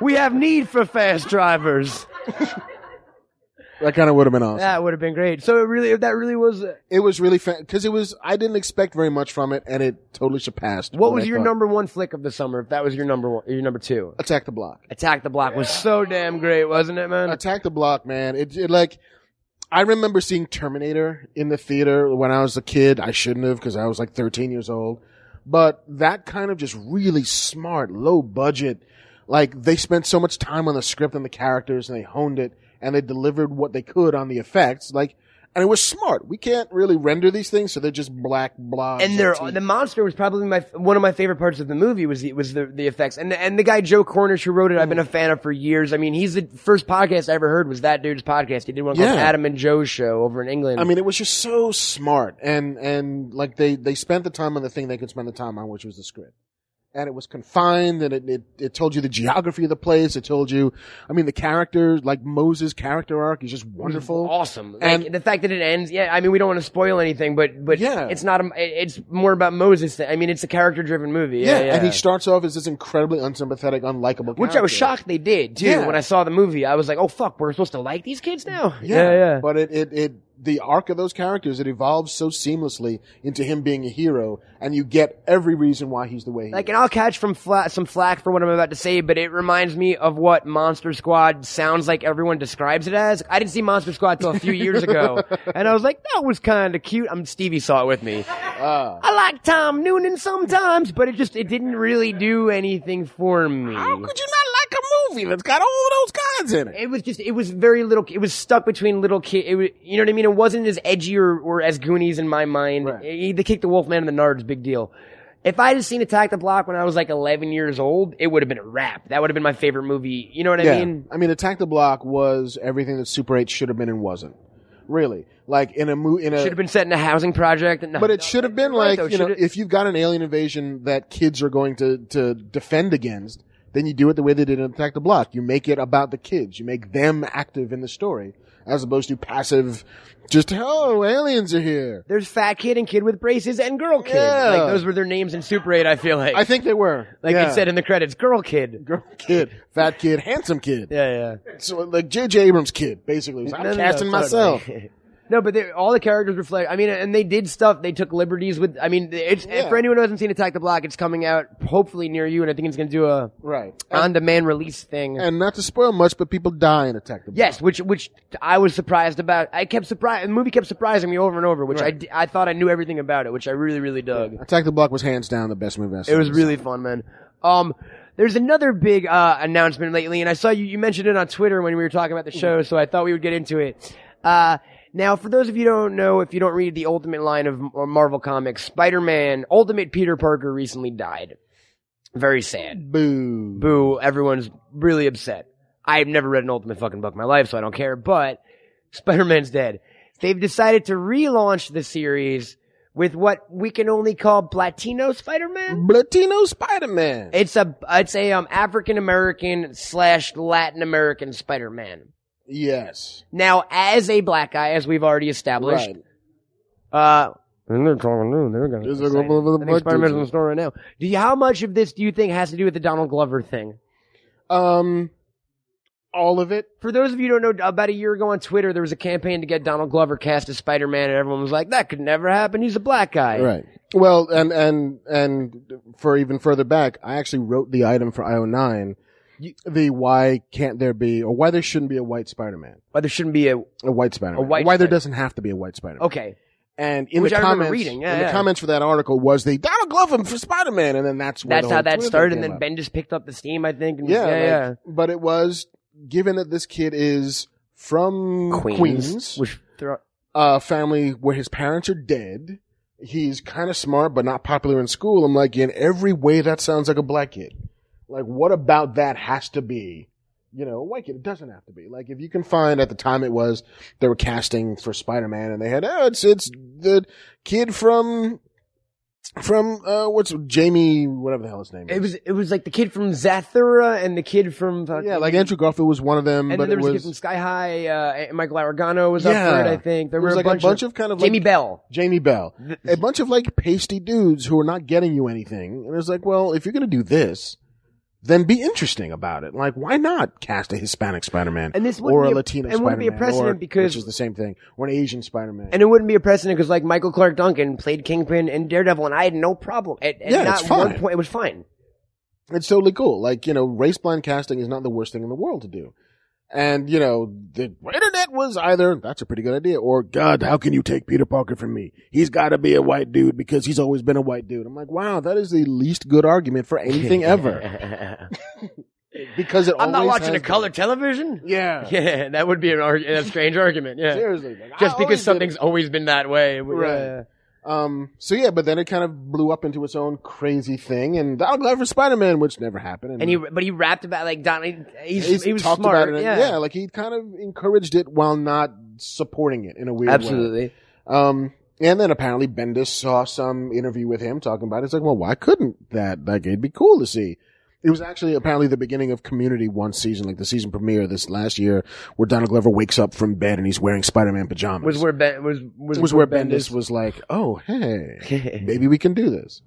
Speaker 2: we have need for fast drivers.
Speaker 4: That kind of would have been awesome.
Speaker 2: That would have been great. So it really, that really was. uh,
Speaker 4: It was really fan because it was. I didn't expect very much from it, and it totally surpassed.
Speaker 2: What was
Speaker 4: I
Speaker 2: your
Speaker 4: thought.
Speaker 2: number one flick of the summer? If that was your number one, your number two,
Speaker 4: Attack the Block.
Speaker 2: Attack the Block was so damn great, wasn't it, man?
Speaker 4: Attack the Block, man. It, it like I remember seeing Terminator in the theater when I was a kid. I shouldn't have because I was like 13 years old. But that kind of just really smart, low budget. Like they spent so much time on the script and the characters, and they honed it, and they delivered what they could on the effects. Like, and it was smart. We can't really render these things, so they're just black blobs.
Speaker 2: and
Speaker 4: of
Speaker 2: there,
Speaker 4: teeth.
Speaker 2: the monster was probably my one of my favorite parts of the movie was the, was the, the effects and and the guy Joe Cornish who wrote it I've
Speaker 4: Mm.
Speaker 2: been a fan of for years. I mean, he's the first podcast I ever heard was that dude's podcast. He did one called
Speaker 4: Yeah.
Speaker 2: Adam and Joe's Show over in England.
Speaker 4: I mean, it was just so smart, and and like they they spent the time on the thing they could spend the time on, which was the script, and it was confined, and it it, it told you the geography of the place. It told you, I mean, the characters like Moses' character arc is just wonderful.
Speaker 2: awesome. Like,
Speaker 4: And-
Speaker 2: the fact that it ends, yeah. I mean, we don't want to spoil anything, but but
Speaker 4: Yeah.
Speaker 2: it's not. A, it- it's more about Moses. Than, I mean, it's a character driven movie. Yeah, yeah,
Speaker 4: and he starts off as this incredibly unsympathetic, unlikable.
Speaker 2: Which I was
Speaker 4: character.
Speaker 2: shocked they did too.
Speaker 4: Yeah.
Speaker 2: When I saw the movie, I was like, "Oh fuck, we're supposed to like these kids now."
Speaker 4: But it, it, it, the arc of those characters, it evolves so seamlessly into him being a hero, and you get every reason why he's the way he
Speaker 2: Like,
Speaker 4: is.
Speaker 2: and I'll catch from fla- some flack for what I'm about to say, but it reminds me of what Monster Squad sounds like. Everyone describes it as. I didn't see Monster Squad till a few years ago, and I was like, "That was kind of cute." I'm Stevie saw it with me. I like Tom Noonan sometimes, but it just it didn't really do anything for me.
Speaker 4: Could you not like a movie that's got all those kinds in
Speaker 2: It was just, it was very little, it was stuck between little kid, it was, you know what I mean? It wasn't as edgy or, or as Goonies in my mind.
Speaker 4: Right.
Speaker 2: Eh, the Kick the Wolfman and the Nards, big deal. If I had seen Attack the Block when I was like 11 years old, it would have been a wrap. That would have been my favorite movie. You know what I mean?
Speaker 4: I mean, Attack the Block was everything that Super 8 should have been and wasn't. Really. Like, in a mo- in
Speaker 2: Should
Speaker 4: a,
Speaker 2: have been set in a housing project. No,
Speaker 4: but it
Speaker 2: no,
Speaker 4: should have been
Speaker 2: you're right,
Speaker 4: like,
Speaker 2: though.
Speaker 4: you know,
Speaker 2: Should it-
Speaker 4: if you've got an alien invasion that kids are going to, to defend against, then you do it the way they did in Attack the Block. You make it about the kids. You make them active in the story, as opposed to passive, just, oh, aliens are here.
Speaker 2: There's Fat Kid and Kid with Braces and Girl Kid.
Speaker 4: Yeah.
Speaker 2: Like, those were their names in Super 8, I feel like.
Speaker 4: I think they were.
Speaker 2: like
Speaker 4: yeah.
Speaker 2: it
Speaker 4: [LAUGHS]
Speaker 2: said in the credits, Girl Kid.
Speaker 4: Girl kid, fat kid, handsome kid.
Speaker 2: Yeah, yeah.
Speaker 4: So, like J.J. Abrams kid, basically. It was, I'm
Speaker 2: No, no, no,
Speaker 4: casting
Speaker 2: totally.
Speaker 4: myself.
Speaker 2: [LAUGHS] no, but they, all the characters reflect. I mean, and they did stuff. They took liberties with. I mean, it's
Speaker 4: Yeah.
Speaker 2: for anyone who hasn't seen Attack the Block, it's coming out hopefully near you, and I think it's going to do
Speaker 4: Uh,
Speaker 2: a
Speaker 4: Right.
Speaker 2: on demand release thing.
Speaker 4: and not to spoil much, but people die in Attack the Block.
Speaker 2: yes, which which I was surprised about. I kept surprised. The movie kept surprising me over and over, which I d I I thought I knew everything about it, which I really really dug.
Speaker 4: Attack the Block was hands down the best movie I've seen.
Speaker 2: It was really fun, man. Um, there's another big uh, announcement lately, and I saw you, you mentioned it on Twitter when we were talking about the show, so I thought we would get into it. Uh, now, for those of you who don't know, if you don't read the Ultimate line of M- Marvel Comics, Spider-Man, Ultimate Peter Parker recently died. Very sad.
Speaker 4: Boo.
Speaker 2: Boo, everyone's really upset. I've never read an Ultimate fucking book in my life, so I don't care, but Spider-Man's dead. They've decided to relaunch the series with what we can only call Platino Spider-Man?
Speaker 4: Latino Spider Man.
Speaker 2: It's a it's a um, African American slash Latin American Spider Man.
Speaker 4: Yes.
Speaker 2: Now, as a black guy, as we've already established,
Speaker 4: Right.
Speaker 2: uh, and they're talking new. They're going.
Speaker 4: There's a couple of other black
Speaker 2: Spider Man's
Speaker 4: dudes.
Speaker 2: in the store right now. Do you? How much of this do you think has to do with the Donald Glover thing?
Speaker 4: Um, all of it.
Speaker 2: For those of you who don't know, about a year ago on Twitter, there was a campaign to get Donald Glover cast as Spider Man, and everyone was like, "That could never happen. He's a black guy."
Speaker 4: Right. Well, and and and for even further back, I actually wrote the item for IO9, the why can't there be or why there shouldn't be a white Spider Man,
Speaker 2: But there shouldn't be a
Speaker 4: a white Spider Man,
Speaker 2: white
Speaker 4: why there
Speaker 2: Spider-
Speaker 4: doesn't have to be a white Spider Man.
Speaker 2: okay.
Speaker 4: And in
Speaker 2: Which
Speaker 4: the
Speaker 2: I remember
Speaker 4: comments,
Speaker 2: reading, yeah,
Speaker 4: in
Speaker 2: yeah.
Speaker 4: the comments for that article was the Donald Glove him for Spider Man, and then that's where the
Speaker 2: That's
Speaker 4: whole
Speaker 2: how that
Speaker 4: Twitter
Speaker 2: started,
Speaker 4: thing
Speaker 2: and then
Speaker 4: came
Speaker 2: Ben just picked up the steam, I think. And,
Speaker 4: up. yeah,
Speaker 2: yeah, yeah.
Speaker 4: like, But it was given that this kid is from Queens,
Speaker 2: which throw,
Speaker 4: a uh, family where his parents are dead. He's kind of smart, but not popular in school. I'm like, in every way, that sounds like a black kid. Like, what about that has to be, you know, a white kid? It doesn't have to be. Like, if you can find at the time it was, they were casting for Spider-Man and they had, oh, it's, it's the kid from, from, uh, what's Jamie, whatever the hell his name is.
Speaker 2: it was it was like the kid from Zathura and the kid from fucking-
Speaker 4: yeah, like Andrew Garfield was one of them,
Speaker 2: and
Speaker 4: but
Speaker 2: then there
Speaker 4: it
Speaker 2: was, a
Speaker 4: was,
Speaker 2: kid from Sky High. Uh, and Michael Aragano was up for
Speaker 4: Yeah.
Speaker 2: it, I think. There
Speaker 4: it was
Speaker 2: were
Speaker 4: like
Speaker 2: a bunch,
Speaker 4: of, kind of like,
Speaker 2: Jamie Bell.
Speaker 4: Jamie Bell. A bunch of like pasty dudes who are not getting you anything. And it's like, well, if you're going to do this, then be interesting about it. Like, why not cast a Hispanic Spider-Man
Speaker 2: And this wouldn't
Speaker 4: or a
Speaker 2: be a-
Speaker 4: Latino
Speaker 2: and
Speaker 4: Spider-Man,
Speaker 2: wouldn't be a precedent
Speaker 4: or-
Speaker 2: because-
Speaker 4: which is the same thing, or an Asian Spider-Man.
Speaker 2: And it wouldn't be a precedent because like Michael Clark Duncan played Kingpin and Daredevil, and I had no problem. At, at
Speaker 4: Yeah,
Speaker 2: not
Speaker 4: it's
Speaker 2: one
Speaker 4: fine.
Speaker 2: point, it was fine.
Speaker 4: it's totally cool. Like, you know, race blind casting is not the worst thing in the world to do. And, you know, the internet was either, that's a pretty good idea, or, God, how can you take Peter Parker from me? He's gotta be a white dude because he's always been a white dude. I'm like, wow, that is the least good argument for
Speaker 2: [LAUGHS]
Speaker 4: anything ever. Because it
Speaker 2: I'm not
Speaker 4: always
Speaker 2: watching a
Speaker 4: has been.
Speaker 2: color television.
Speaker 4: Yeah.
Speaker 2: [LAUGHS] Yeah, that would be an arg- a strange argument. Yeah,
Speaker 4: Seriously. like, I
Speaker 2: just
Speaker 4: always
Speaker 2: because
Speaker 4: did
Speaker 2: something's
Speaker 4: it.
Speaker 2: always been that way. it would-
Speaker 4: Right.
Speaker 2: yeah.
Speaker 4: Um, so yeah, but then it kind of blew up into its own crazy thing, and Donald Glover Spider-Man, which never happened.
Speaker 2: And he, but he rapped about like Donnie. He's,
Speaker 4: He's
Speaker 2: he was
Speaker 4: talked
Speaker 2: smart.
Speaker 4: about it. and-
Speaker 2: yeah,
Speaker 4: like he kind of encouraged it while not supporting it in a weird way.
Speaker 2: absolutely.
Speaker 4: Um, and then apparently Bendis saw some interview with him talking about it. It's like, well, why couldn't that? Like, it'd be cool to see. It was actually apparently the beginning of Community one season, like the season premiere this last year, where Donald Glover wakes up from bed and he's wearing Spider-Man pajamas.
Speaker 2: Was where Ben was was,
Speaker 4: was where
Speaker 2: [LAUGHS]
Speaker 4: Bendis was like, oh, hey, maybe we can do this.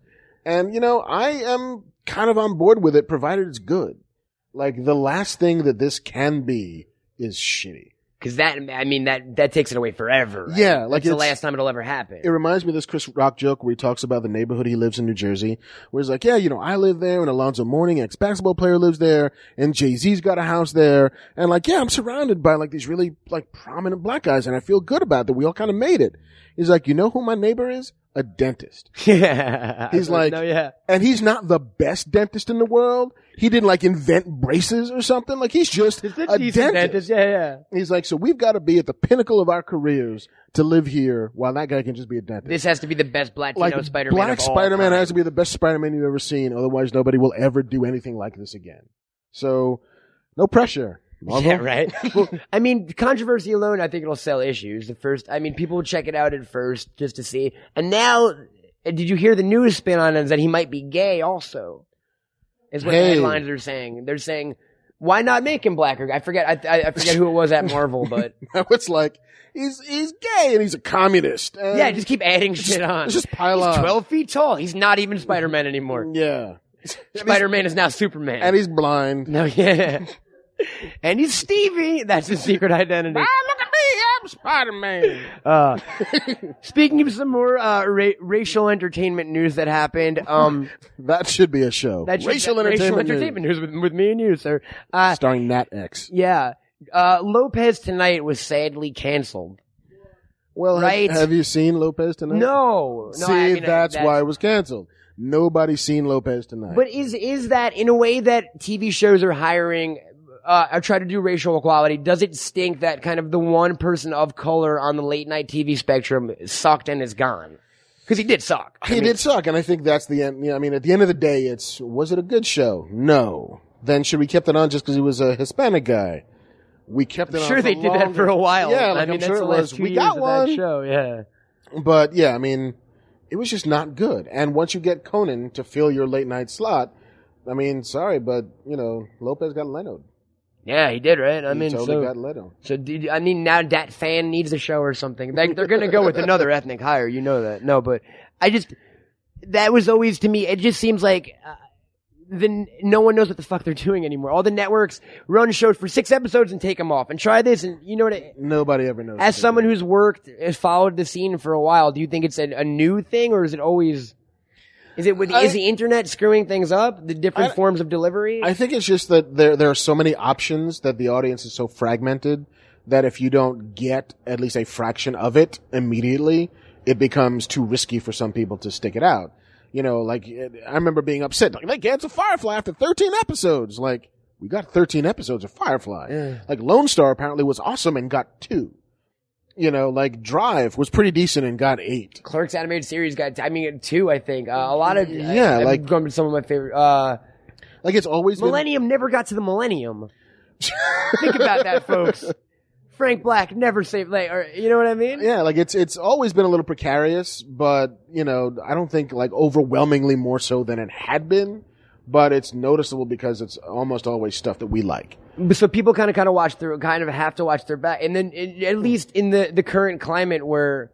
Speaker 4: And, you know, I am kind of on board with it, provided it's good. Like, the last thing that this can be is shitty.
Speaker 2: Because that, I mean, that that takes it away forever. right?
Speaker 4: Yeah, like
Speaker 2: That's the
Speaker 4: it's-
Speaker 2: last time it'll ever happen.
Speaker 4: It reminds me of this Chris Rock joke where he talks about the neighborhood he lives in, New Jersey, where he's like, yeah, you know, I live there and Alonzo Mourning, an ex-basketball player lives there and Jay-Z's got a house there. And like, yeah, I'm surrounded by like these really like prominent black guys and I feel good about that. We all kind of made it. He's like, you know who my neighbor is? A dentist.
Speaker 2: [LAUGHS] yeah,
Speaker 4: He's like-
Speaker 2: no, yeah,
Speaker 4: and he's not the best dentist in the world. He didn't like invent braces or something. Like he's just a dentist.
Speaker 2: Yeah, yeah.
Speaker 4: He's like, so we've got to be at the pinnacle of our careers to live here, while that guy can just be a dentist.
Speaker 2: This has to be the best Black
Speaker 4: like
Speaker 2: Spider-Man.
Speaker 4: Black
Speaker 2: of all
Speaker 4: Spider-Man
Speaker 2: time.
Speaker 4: has to be the best Spider-Man you've ever seen. Otherwise, nobody will ever do anything like this again. So, no pressure. Marvel.
Speaker 2: Yeah, right. [LAUGHS] well, I mean, controversy alone, I think it'll sell issues. The first, I mean, people will check it out at first just to see. And now, uh, did you hear the news spin on it is that he might be gay? Also, is what the
Speaker 4: Hey.
Speaker 2: headlines are saying. They're saying, why not make him blacker? I forget. I, I, I forget who it was at
Speaker 4: [LAUGHS]
Speaker 2: Marvel, but
Speaker 4: Now it's like he's he's gay and he's a communist. And
Speaker 2: yeah, just keep adding shit on.
Speaker 4: just pile
Speaker 2: He's
Speaker 4: on.
Speaker 2: Twelve feet tall. He's not even Spider Man anymore.
Speaker 4: yeah.
Speaker 2: Spider Man is now Superman.
Speaker 4: And he's
Speaker 2: [LAUGHS]
Speaker 4: blind.
Speaker 2: no, yeah. and he's Stevie. That's his secret identity.
Speaker 4: look at me, I'm Spider-Man. [LAUGHS]
Speaker 2: Uh, speaking of some more uh, ra- racial entertainment news that happened,
Speaker 4: [LAUGHS]
Speaker 2: um,
Speaker 4: That should be a show.
Speaker 2: that should-
Speaker 4: racial,
Speaker 2: that-
Speaker 4: entertainment,
Speaker 2: racial
Speaker 4: News,
Speaker 2: entertainment news with, with me and you, sir. Uh,
Speaker 4: starring Nat X.
Speaker 2: yeah, uh, Lopez tonight was sadly canceled.
Speaker 4: Well, have-
Speaker 2: Right.
Speaker 4: have, you seen Lopez tonight?
Speaker 2: No, no
Speaker 4: See,
Speaker 2: I mean, I-
Speaker 4: that's, why it was canceled. Nobody's seen Lopez
Speaker 2: [LAUGHS]
Speaker 4: tonight.
Speaker 2: But is is that in a way that TV shows are hiring? Uh, I try to do racial equality. Does it stink that kind of the one person of color on the late night TV spectrum sucked and is gone? Because he did suck. I
Speaker 4: he
Speaker 2: mean,
Speaker 4: did suck, and I think that's the end. Yeah, I mean, at the end of the day, it's was it a good show? No. Then should we kept it on just because he was a Hispanic guy? We kept it on.
Speaker 2: sure
Speaker 4: for
Speaker 2: they did that
Speaker 4: longer-
Speaker 2: for a while.
Speaker 4: Yeah, like,
Speaker 2: I mean,
Speaker 4: am sure
Speaker 2: that's
Speaker 4: it
Speaker 2: the last
Speaker 4: was.
Speaker 2: two
Speaker 4: We
Speaker 2: years
Speaker 4: got
Speaker 2: of that
Speaker 4: one,
Speaker 2: show. Yeah.
Speaker 4: but yeah, I mean, it was just not good. And once you get Conan to fill your late night slot, I mean, sorry, but you know, Lopez got Leno.
Speaker 2: Yeah, he did, right? I
Speaker 4: He
Speaker 2: mean,
Speaker 4: totally
Speaker 2: so,
Speaker 4: got Leno.
Speaker 2: so did, I mean, now that fan needs a show or something. Like, they're going to go with
Speaker 4: [LAUGHS]
Speaker 2: another ethnic hire. You know that. No, but I just, that was always to me, it just seems like, uh, then no one knows what the fuck they're doing anymore. All the networks run shows for six episodes and take them off and try this and you know what? I,
Speaker 4: Nobody ever knows.
Speaker 2: as
Speaker 4: what they
Speaker 2: someone
Speaker 4: did.
Speaker 2: who's worked, has followed the scene for a while, do you think it's a, a new thing or is it always? Is it with
Speaker 4: I-
Speaker 2: is the internet screwing things up? The different
Speaker 4: I-
Speaker 2: forms of delivery.
Speaker 4: I think it's just that there there are so many options that the audience is so fragmented that if you don't get at least a fraction of it immediately, it becomes too risky for some people to stick it out. You know, like it- I remember being upset, like they canceled Firefly after 13 episodes. Like we got 13 episodes of Firefly. Like Lone Star apparently was awesome and got two. You know, like Drive was pretty decent and got eight.
Speaker 2: Clerks animated series got. I mean, two. I think uh, a lot of
Speaker 4: Yeah,
Speaker 2: I, I'm
Speaker 4: like-
Speaker 2: going to some of my favorite. Uh,
Speaker 4: Like it's always been-
Speaker 2: Millennium never got to the
Speaker 4: [LAUGHS]
Speaker 2: Millennium. think about that, folks. Frank Black never saved. Like, or, you know what I mean?
Speaker 4: yeah, like it's it's always been a little precarious, but you know, I don't think like overwhelmingly more so than it had been, but it's noticeable because it's almost always stuff that we like.
Speaker 2: so people kind of kind of watch through kind of have to watch their back and then it,
Speaker 4: Hmm.
Speaker 2: at least in the the current climate where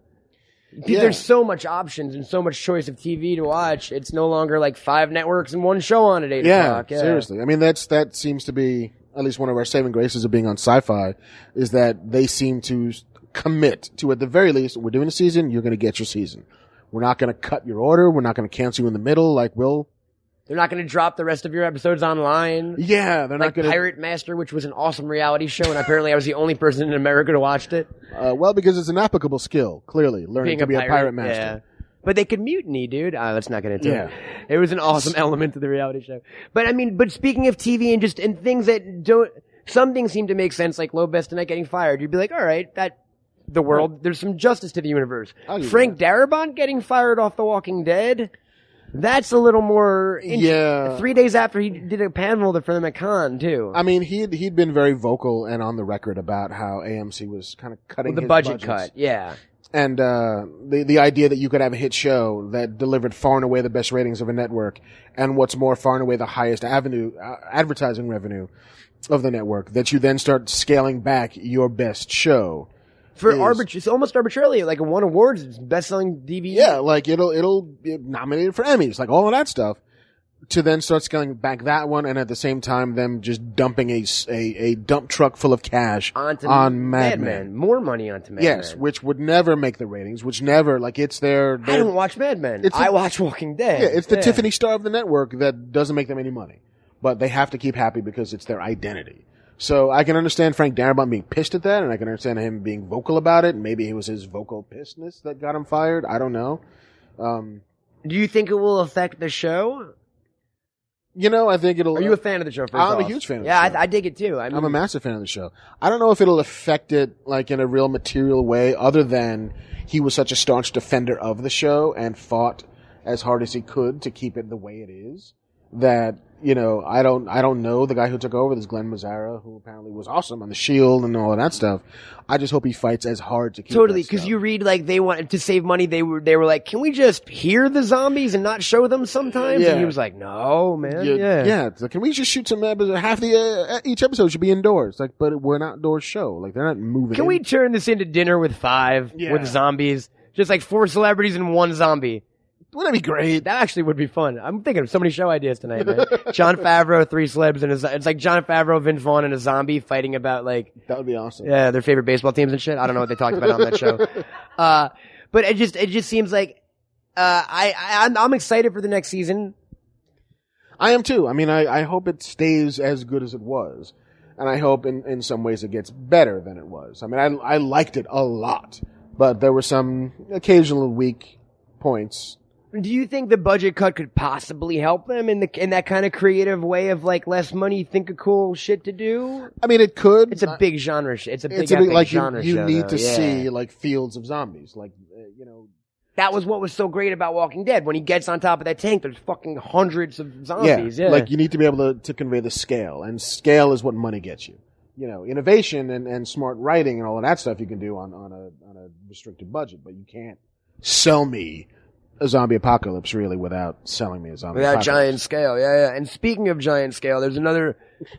Speaker 2: dude,
Speaker 4: Yeah.
Speaker 2: there's so much options and so much choice of tv to watch it's no longer like five networks and one show on at eight
Speaker 4: Yeah,
Speaker 2: o'clock
Speaker 4: seriously. I mean, that's that seems to be at least one of our saving graces of being on sci-fi is that they seem to s- commit to at the very least we're doing a season, you're going to get your season. We're not going to cut your order. We're not going to cancel you in the middle. Like we'll
Speaker 2: they're not going to drop the rest of your episodes online
Speaker 4: yeah, they're
Speaker 2: like
Speaker 4: not going to
Speaker 2: pirate master which was an awesome reality show and apparently i was the only person in america to watch it
Speaker 4: uh, well because it's an applicable skill. Clearly, learning to be a pirate master.
Speaker 2: yeah. But they could mutiny, dude. Uh, let's not get into
Speaker 4: Yeah.
Speaker 2: it. It was an awesome [LAUGHS] element to the reality show. But I mean, but speaking of TV and just and things that don't, some things seem to make sense, like Low Best Tonight getting fired. You'd be like, all right, that the world. There's some justice to the universe.
Speaker 4: I'll give
Speaker 2: Frank Darabont getting fired off The Walking Dead. That's a little more. int-
Speaker 4: Yeah.
Speaker 2: Three days after he did a panel for them at Con too.
Speaker 4: I mean, he he'd been very vocal and on the record about how AMC was kind of cutting
Speaker 2: the
Speaker 4: his
Speaker 2: budget
Speaker 4: budgets.
Speaker 2: cut. Yeah.
Speaker 4: and uh, the the idea that you could have a hit show that delivered far and away the best ratings of a network, and what's more, far and away the highest avenue uh, advertising revenue of the network. That you then start scaling back your best show.
Speaker 2: For
Speaker 4: is-
Speaker 2: arbitra- it's almost arbitrarily, like it won awards, best selling DVD.
Speaker 4: Yeah, like it'll it'll be nominated for Emmys, like all of that stuff. To then start scaling back that one, and at the same time, them just dumping a s- a, a dump truck full of cash
Speaker 2: onto
Speaker 4: on Mad Men.
Speaker 2: More money onto Mad
Speaker 4: Yes,
Speaker 2: Men.
Speaker 4: which would never make the ratings, which never like it's their,
Speaker 2: I
Speaker 4: their
Speaker 2: don't watch Mad Men.
Speaker 4: It's a-
Speaker 2: I watch Walking Dead.
Speaker 4: yeah, it's the Tiffany Star of the network that doesn't make them any money, but they have to keep happy because it's their identity. So I can understand Frank Darabont being pissed at that, and I can understand him being vocal about it. Maybe it was his vocal pissedness that got him fired. I don't know. Um,
Speaker 2: Do you think it will affect the show?
Speaker 4: you know, I think it'll.
Speaker 2: Are you a fan of the show? First
Speaker 4: I'm a
Speaker 2: off?
Speaker 4: huge fan of the
Speaker 2: Yeah,
Speaker 4: show.
Speaker 2: I, I dig it too. I mean,
Speaker 4: I'm a massive fan of the show. I don't know if it'll affect it like in a real material way, other than he was such a staunch defender of the show and fought as hard as he could to keep it the way it is. That you know, I don't, I don't know the guy who took over. This Glenn Mazzara, who apparently was awesome on the Shield and all of that stuff. I just hope he fights as hard to keep
Speaker 2: totally
Speaker 4: because
Speaker 2: because you read like they wanted to save money. They were they were like, can we just hear the zombies and not show them sometimes?
Speaker 4: Yeah.
Speaker 2: And he was like, no, man.
Speaker 4: You-
Speaker 2: yeah.
Speaker 4: it's like, can we just shoot some episodes? Half the uh, each episode should be indoors. Like, but we're an outdoor show. Like, they're not moving.
Speaker 2: Can we turn this into dinner with five
Speaker 4: Yeah.
Speaker 2: with zombies? Just like four celebrities and one zombie.
Speaker 4: Wouldn't that be great?
Speaker 2: That actually would be fun. I'm thinking of so many show ideas tonight, man. John Favreau, three celebs, and a, zo- it's like John Favreau, Vin Vaughn, and a zombie fighting about like
Speaker 4: That would be awesome.
Speaker 2: yeah, their favorite baseball teams and shit. I don't know what they talked about on that
Speaker 4: [LAUGHS]
Speaker 2: show. Uh, but it just it just seems like uh, I, I I'm, I'm excited for the next season.
Speaker 4: I am too. I mean, I, I hope it stays as good as it was. And I hope in, in some ways it gets better than it was. I mean, I, I liked it a lot, but there were some occasional weak points.
Speaker 2: Do you think the budget cut could possibly help them in the in that kind of creative way of like less money, think of cool shit to do?
Speaker 4: I mean, it could.
Speaker 2: It's a big genre. sh- It's a big,
Speaker 4: Uh, it's a big,
Speaker 2: epic
Speaker 4: like you,
Speaker 2: genre.
Speaker 4: you
Speaker 2: show,
Speaker 4: need
Speaker 2: though.
Speaker 4: to
Speaker 2: Yeah.
Speaker 4: see like fields of zombies, like uh, you know.
Speaker 2: That was what was so great about Walking Dead. When he gets on top of that tank, there's fucking hundreds of zombies. Yeah,
Speaker 4: like you need to be able to, to convey the scale, and scale is what money gets you. You know, innovation and, and smart writing and all of that stuff you can do on, on a on a restricted budget, but you can't sell me a zombie apocalypse really without selling me a zombie
Speaker 2: Without
Speaker 4: apocalypse.
Speaker 2: giant scale, yeah, yeah. And speaking of giant scale, there's another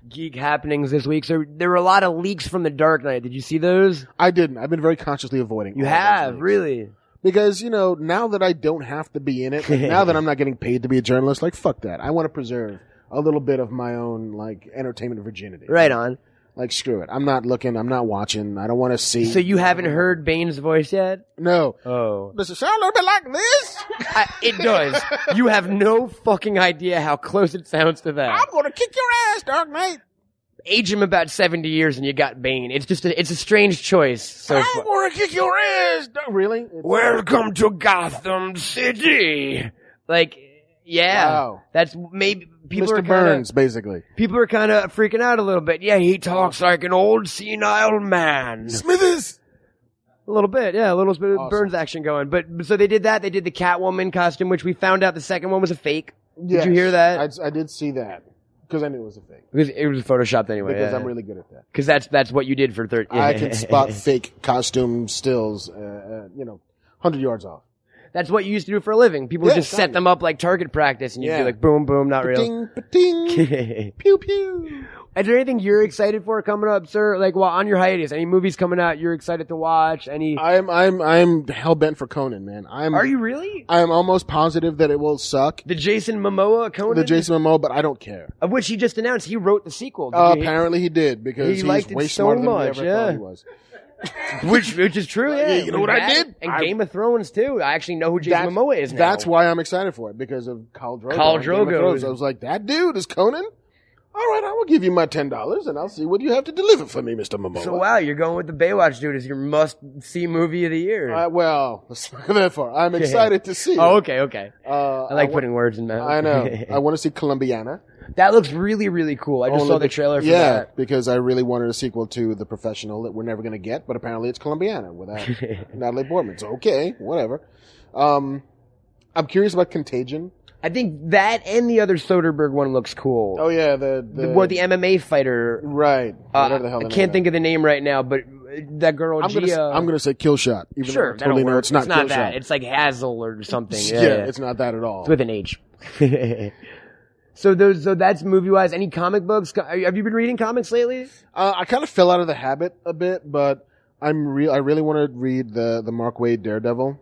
Speaker 2: geek happenings this week. So there were a lot of leaks from the Dark Knight. Did you see those?
Speaker 4: I didn't. I've been very consciously avoiding.
Speaker 2: You
Speaker 4: all Oh, of those
Speaker 2: have
Speaker 4: things.
Speaker 2: really.
Speaker 4: because you know now that I don't have to be in it,
Speaker 2: [LAUGHS]
Speaker 4: like, now that I'm not getting paid to be a journalist, like fuck that. I want to preserve a little bit of my own like entertainment virginity.
Speaker 2: Right on.
Speaker 4: Like screw it. I'm not looking. I'm not watching. I don't want to see.
Speaker 2: So you haven't heard Bane's voice yet?
Speaker 4: no.
Speaker 2: Oh,
Speaker 4: Does it sound a little bit
Speaker 2: [LAUGHS]
Speaker 4: like this?
Speaker 2: I, it does. You have no fucking idea how close it sounds to that.
Speaker 4: I'm gonna kick your ass, Dark Knight.
Speaker 2: age him about seventy years, and you got Bane. It's just a, it's a strange choice. So far.
Speaker 4: want to kick your ass. No, really? It's-
Speaker 2: Welcome to Gotham City. Like, yeah,
Speaker 4: Wow.
Speaker 2: that's maybe people
Speaker 4: Mr.
Speaker 2: are kinda,
Speaker 4: Burns, basically.
Speaker 2: People are kind of freaking out a little bit. Yeah, he talks like an old senile man.
Speaker 4: Smithers.
Speaker 2: A little bit, yeah, a little bit of
Speaker 4: Awesome.
Speaker 2: Burns action going. But so they did that. They did the Catwoman costume, which we found out the second one was a fake
Speaker 4: Yes,
Speaker 2: you hear that?
Speaker 4: I, I did see that because I knew it was a fake.
Speaker 2: because it was photoshopped anyway.
Speaker 4: Because
Speaker 2: yeah.
Speaker 4: I'm really good at that.
Speaker 2: Because that's that's what you did for thirty. [LAUGHS]
Speaker 4: I can spot fake costume stills, uh, uh, you know, hundred yards off.
Speaker 2: that's what you used to do for a living. People would
Speaker 4: Yeah,
Speaker 2: just set
Speaker 4: kinda.
Speaker 2: them up like target practice, and you'd
Speaker 4: Yeah.
Speaker 2: be like, boom, boom, not real.
Speaker 4: Ding,
Speaker 2: [LAUGHS]
Speaker 4: ding,
Speaker 2: Is
Speaker 4: pew, pew.
Speaker 2: there anything you're excited for coming up, sir? Like, well, on your hiatus, any movies coming out you're excited to watch? Any?
Speaker 4: I'm, I'm, I'm hell bent for Conan, man. I'm.
Speaker 2: Uh, Are you really?
Speaker 4: I'm almost positive that it will suck.
Speaker 2: The Jason Momoa Conan,
Speaker 4: The Jason Momoa, but I don't care.
Speaker 2: of which he just announced he wrote the sequel,
Speaker 4: Uh,
Speaker 2: did you-
Speaker 4: apparently he did
Speaker 2: He
Speaker 4: because he's
Speaker 2: liked it
Speaker 4: way
Speaker 2: so
Speaker 4: smarter
Speaker 2: much,
Speaker 4: than we ever
Speaker 2: yeah.
Speaker 4: thought he was.
Speaker 2: which which is true. Yeah,
Speaker 4: you know what I
Speaker 2: That
Speaker 4: did?
Speaker 2: And
Speaker 4: I-
Speaker 2: Game of Thrones too. I actually know who Jason
Speaker 4: That's-
Speaker 2: Momoa is now.
Speaker 4: That's why I'm excited for it because of Khal Drogo.
Speaker 2: Khal
Speaker 4: on Game of
Speaker 2: Drogo.
Speaker 4: Thrones. I was like, that dude is Conan. All right, I will give you my ten dollars and I'll see what you have to deliver for me, Mister Momoa.
Speaker 2: So wow, you're going with the Baywatch dude as your must see movie of the year.
Speaker 4: Uh, well, let's not go that
Speaker 2: [LAUGHS]
Speaker 4: far. I'm excited to see.
Speaker 2: oh,
Speaker 4: it.
Speaker 2: okay, okay.
Speaker 4: Uh,
Speaker 2: I like
Speaker 4: wa-
Speaker 2: putting words in my mouth. [LAUGHS]
Speaker 4: I know. I want to see Columbiana.
Speaker 2: that looks really, really cool. I just
Speaker 4: Only
Speaker 2: saw the
Speaker 4: be-
Speaker 2: trailer for
Speaker 4: yeah,
Speaker 2: that.
Speaker 4: because I really wanted a sequel to The Professional that we're never going to get, but apparently it's Columbiana without
Speaker 2: [LAUGHS]
Speaker 4: Natalie Portman. So okay, whatever. Um, I'm curious about Contagion.
Speaker 2: I think that and the other Soderbergh one looks cool.
Speaker 4: Oh yeah, the
Speaker 2: the,
Speaker 4: the,
Speaker 2: what the MMA fighter.
Speaker 4: right.
Speaker 2: Uh,
Speaker 4: whatever the hell.
Speaker 2: I can't think of the name right now, but uh, that girl
Speaker 4: I'm
Speaker 2: Gia.
Speaker 4: gonna, s- I'm gonna say kill shot. Even
Speaker 2: sure,
Speaker 4: though I
Speaker 2: that'll
Speaker 4: totally know
Speaker 2: work.
Speaker 4: it's not, kill
Speaker 2: that.
Speaker 4: shot.
Speaker 2: It's like Hazel or something.
Speaker 4: yeah,
Speaker 2: Yeah, yeah.
Speaker 4: it's not that at all.
Speaker 2: with an H. [LAUGHS] so those, so that's movie wise. Any comic books? Co- Have you been reading comics lately?
Speaker 4: Uh, I kind of fell out of the habit a bit, but I'm real. I really want to read the the Mark Wade Daredevil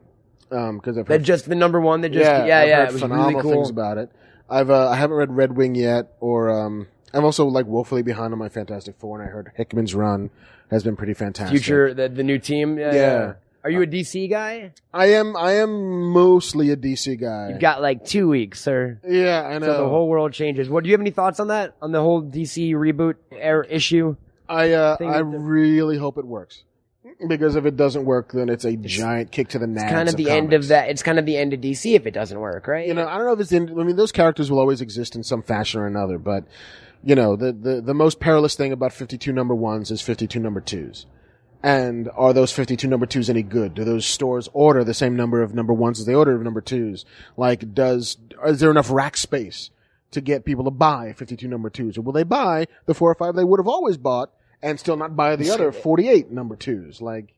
Speaker 4: because I've
Speaker 2: That
Speaker 4: heard,
Speaker 2: just the number one. That just yeah yeah,
Speaker 4: I've
Speaker 2: it
Speaker 4: heard
Speaker 2: was
Speaker 4: phenomenal
Speaker 2: really cool.
Speaker 4: things about it. I've uh, I haven't read Red Wing yet, or um, I'm also like woefully behind on my Fantastic Four, and I heard Hickman's run has been pretty fantastic.
Speaker 2: Future the the new team. Yeah.
Speaker 4: Yeah.
Speaker 2: yeah. Are you a DC guy?
Speaker 4: I am I am mostly a DC guy.
Speaker 2: You've got like two weeks, sir.
Speaker 4: yeah, I know.
Speaker 2: So the whole world changes. What do you have any thoughts on that? On the whole DC reboot er, issue?
Speaker 4: I uh,
Speaker 2: thing
Speaker 4: I
Speaker 2: with the-
Speaker 4: really hope it works because if it doesn't work, then it's a giant kick to the nads.
Speaker 2: Kind of the end
Speaker 4: comics.
Speaker 2: of that. It's kind of the end of DC if it doesn't work, right?
Speaker 4: You know, I don't know if it's. In, I mean, those characters will always exist in some fashion or another, but you know, the the, the most perilous thing about fifty two number ones is fifty two number twos. And are those 52 number twos any good? Do those stores order the same number of number ones as they order of number twos? Like, does, is there enough rack space to get people to buy 52 number twos? Or will they buy the four or five they would have always bought and still not buy the other 48 number twos? Like,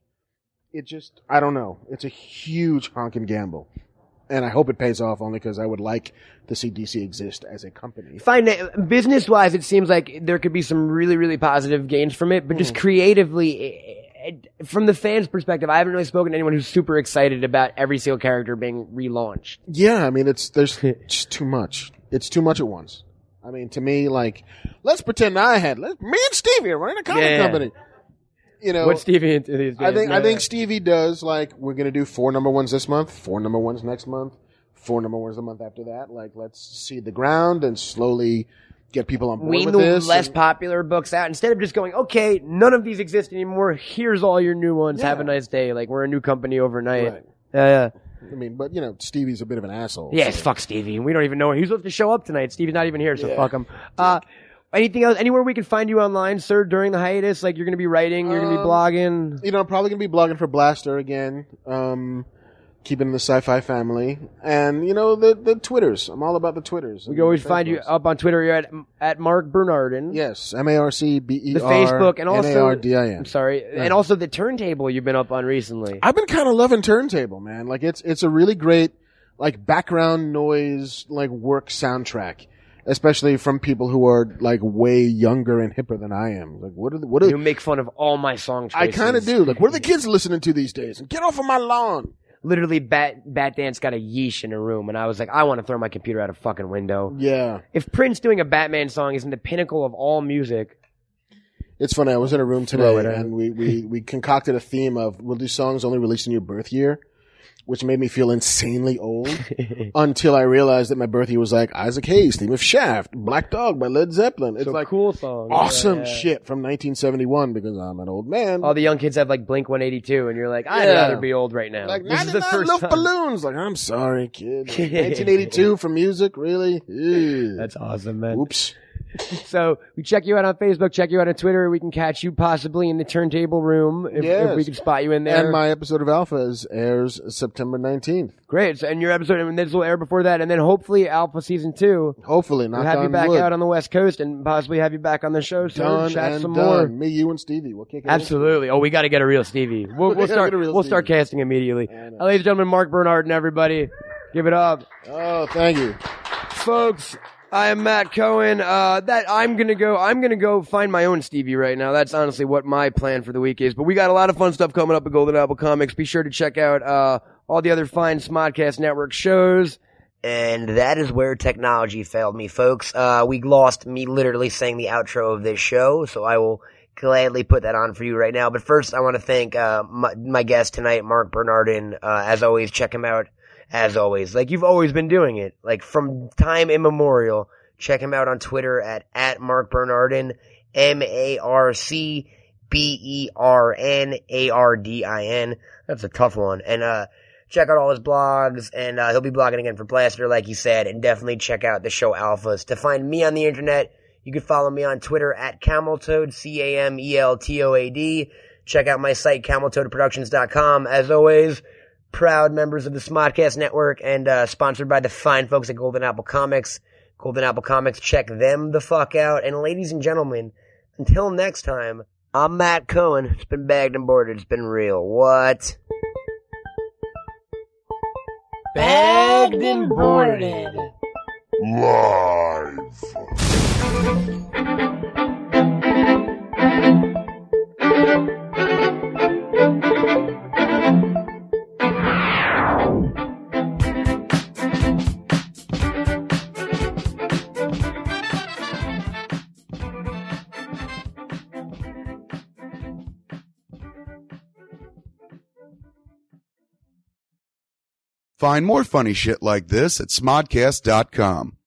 Speaker 4: it just, I don't know. It's a huge honking gamble. And I hope it pays off only because I would like to see DC exist as a company.
Speaker 2: Finan business wise, it seems like there could be some really, really positive gains from it, but just
Speaker 4: Hmm.
Speaker 2: creatively, it, it, from the fans' perspective, I haven't really spoken to anyone who's super excited about every single character being relaunched.
Speaker 4: Yeah, I mean, it's there's
Speaker 2: [LAUGHS]
Speaker 4: just too much. It's too much at once. I mean, to me, like, let's pretend I had let, me and Stevie are running a comic
Speaker 2: Yeah.
Speaker 4: company. You know,
Speaker 2: What's Stevie into these days?
Speaker 4: I think I
Speaker 2: No.
Speaker 4: think Stevie does like we're gonna do four number ones this month, four number ones next month, four number ones the month after that. Like, let's seed the ground and slowly get people on board
Speaker 2: wean
Speaker 4: with
Speaker 2: the
Speaker 4: this.
Speaker 2: less
Speaker 4: and-
Speaker 2: popular books out instead of just going, okay, none of these exist anymore. Here's all your new ones. Have a
Speaker 4: Yeah.
Speaker 2: nice day. Like we're a new company overnight.
Speaker 4: Right.
Speaker 2: Yeah, yeah.
Speaker 4: I mean, but you know, Stevie's a bit of an asshole.
Speaker 2: Yes, fuck Stevie. We don't even know he's supposed to show up tonight. Stevie's not even here, so fuck him. Uh, anything else? Anywhere we can find you online, sir? During the hiatus, like you're going to be writing, you're going to be
Speaker 4: Um,
Speaker 2: blogging.
Speaker 4: you know, I'm probably gonna be blogging for Blaster again. Um, keeping the sci-fi family, and you know the the Twitters. I'm all about the Twitters.
Speaker 2: We can always find you up on Twitter. You're at at Mark Bernardin.
Speaker 4: Yes, M A R C B E R.
Speaker 2: The Facebook and also
Speaker 4: N A R D I N.
Speaker 2: I'm sorry, and also the turntable you've been up on recently.
Speaker 4: I've been kind of loving Turntable, man. Like it's it's a really great like background noise like work soundtrack, especially from people who are like way younger and hipper than I am. Like what are the, what
Speaker 2: You
Speaker 4: are
Speaker 2: make fun of all my song
Speaker 4: I
Speaker 2: choices.
Speaker 4: kind of do. Like,
Speaker 2: [LAUGHS]
Speaker 4: what are the kids listening to these days? And get off of my lawn.
Speaker 2: literally bat bat dance got a yeesh in a room and i was like i want to throw my computer out a fucking window
Speaker 4: Yeah.
Speaker 2: if prince doing a batman song isn't the pinnacle of all music
Speaker 4: It's funny. I was in a room
Speaker 2: Blow
Speaker 4: today,
Speaker 2: it out. [LAUGHS]
Speaker 4: and we, we, we concocted a theme of we'll do songs only released in your birth year. which made me feel insanely
Speaker 2: [LAUGHS]
Speaker 4: old until I realized that my birthday was like Isaac Hayes, theme of Shaft, Black Dog by Led Zeppelin. It's
Speaker 6: So
Speaker 4: like
Speaker 6: cool song.
Speaker 4: awesome
Speaker 6: Yeah, yeah.
Speaker 4: shit from 1971 because I'm an old man.
Speaker 6: All the young kids have like Blink 182, and you're like, I'd
Speaker 4: Yeah.
Speaker 6: rather be old right now.
Speaker 4: like
Speaker 6: this is
Speaker 4: 99
Speaker 6: the first
Speaker 4: Love
Speaker 6: time.
Speaker 4: balloons. Like I'm sorry,
Speaker 6: [LAUGHS]
Speaker 4: kid. Like, 1982 for music, really? Ew.
Speaker 6: That's awesome, man.
Speaker 4: Oops.
Speaker 6: So we check you out on Facebook, check you out on Twitter. We can catch you possibly in the turntable room if, if
Speaker 4: Yes.
Speaker 6: we can spot you in there.
Speaker 4: And my episode of Alpha is, airs September 19th.
Speaker 6: Great. So, and your episode, and this will air before that, and then hopefully Alpha Season 2.
Speaker 4: Hopefully,
Speaker 6: We'll
Speaker 4: not
Speaker 6: have you back out on the West Coast and possibly have you back on the show soon.
Speaker 4: done
Speaker 6: chat
Speaker 4: and
Speaker 6: some
Speaker 4: done.
Speaker 6: more.
Speaker 4: Me, you, and Stevie. We'll kick it.
Speaker 6: Absolutely. Oh, we got to get a real Stevie.
Speaker 4: [LAUGHS]
Speaker 6: We'll, we'll
Speaker 4: gotta
Speaker 6: start.
Speaker 4: get a real
Speaker 6: We'll start
Speaker 4: Stevie.
Speaker 6: casting immediately.
Speaker 4: I know.
Speaker 6: Uh, ladies and gentlemen, Mark Bernard and everybody, give it up,
Speaker 4: in. Oh, thank you.
Speaker 6: folks. I am Matt Cohen. Uh, that I'm gonna go. I'm gonna go find my own Stevie right now. That's honestly what my plan for the week is. But we got a lot of fun stuff coming up at Golden Apple Comics. Be sure to check out uh, all the other fine Smodcast Network shows.
Speaker 2: And that is where technology failed me, folks. Uh, we lost me literally saying the outro of this show, so I will gladly put that on for you right now. But first, I want to thank uh, my, my guest tonight, Mark Bernardin. Uh, as always, check him out. As always, like you've always been doing it, like from time immemorial. Check him out on Twitter at at Mark Bernardin, M A R C B E R N A R D I N. That's a tough one. And uh, check out all his blogs, and uh, he'll be blogging again for Blaster, like he said, and definitely check out the show Alphas. To find me on the internet, you can follow me on Twitter at Cameltoad, C A M E L T O A D. Check out my site, CameltoadProductions.com. As always, proud members of the Smodcast Network and uh, sponsored by the fine folks at Golden Apple Comics. Golden Apple Comics, check them the fuck out. And ladies and gentlemen, until next time, I'm Matt Cohen. It's been bagged and boarded. It's been real. What?
Speaker 7: Bagged and boarded.
Speaker 8: Find more funny shit like this at smodcast.com.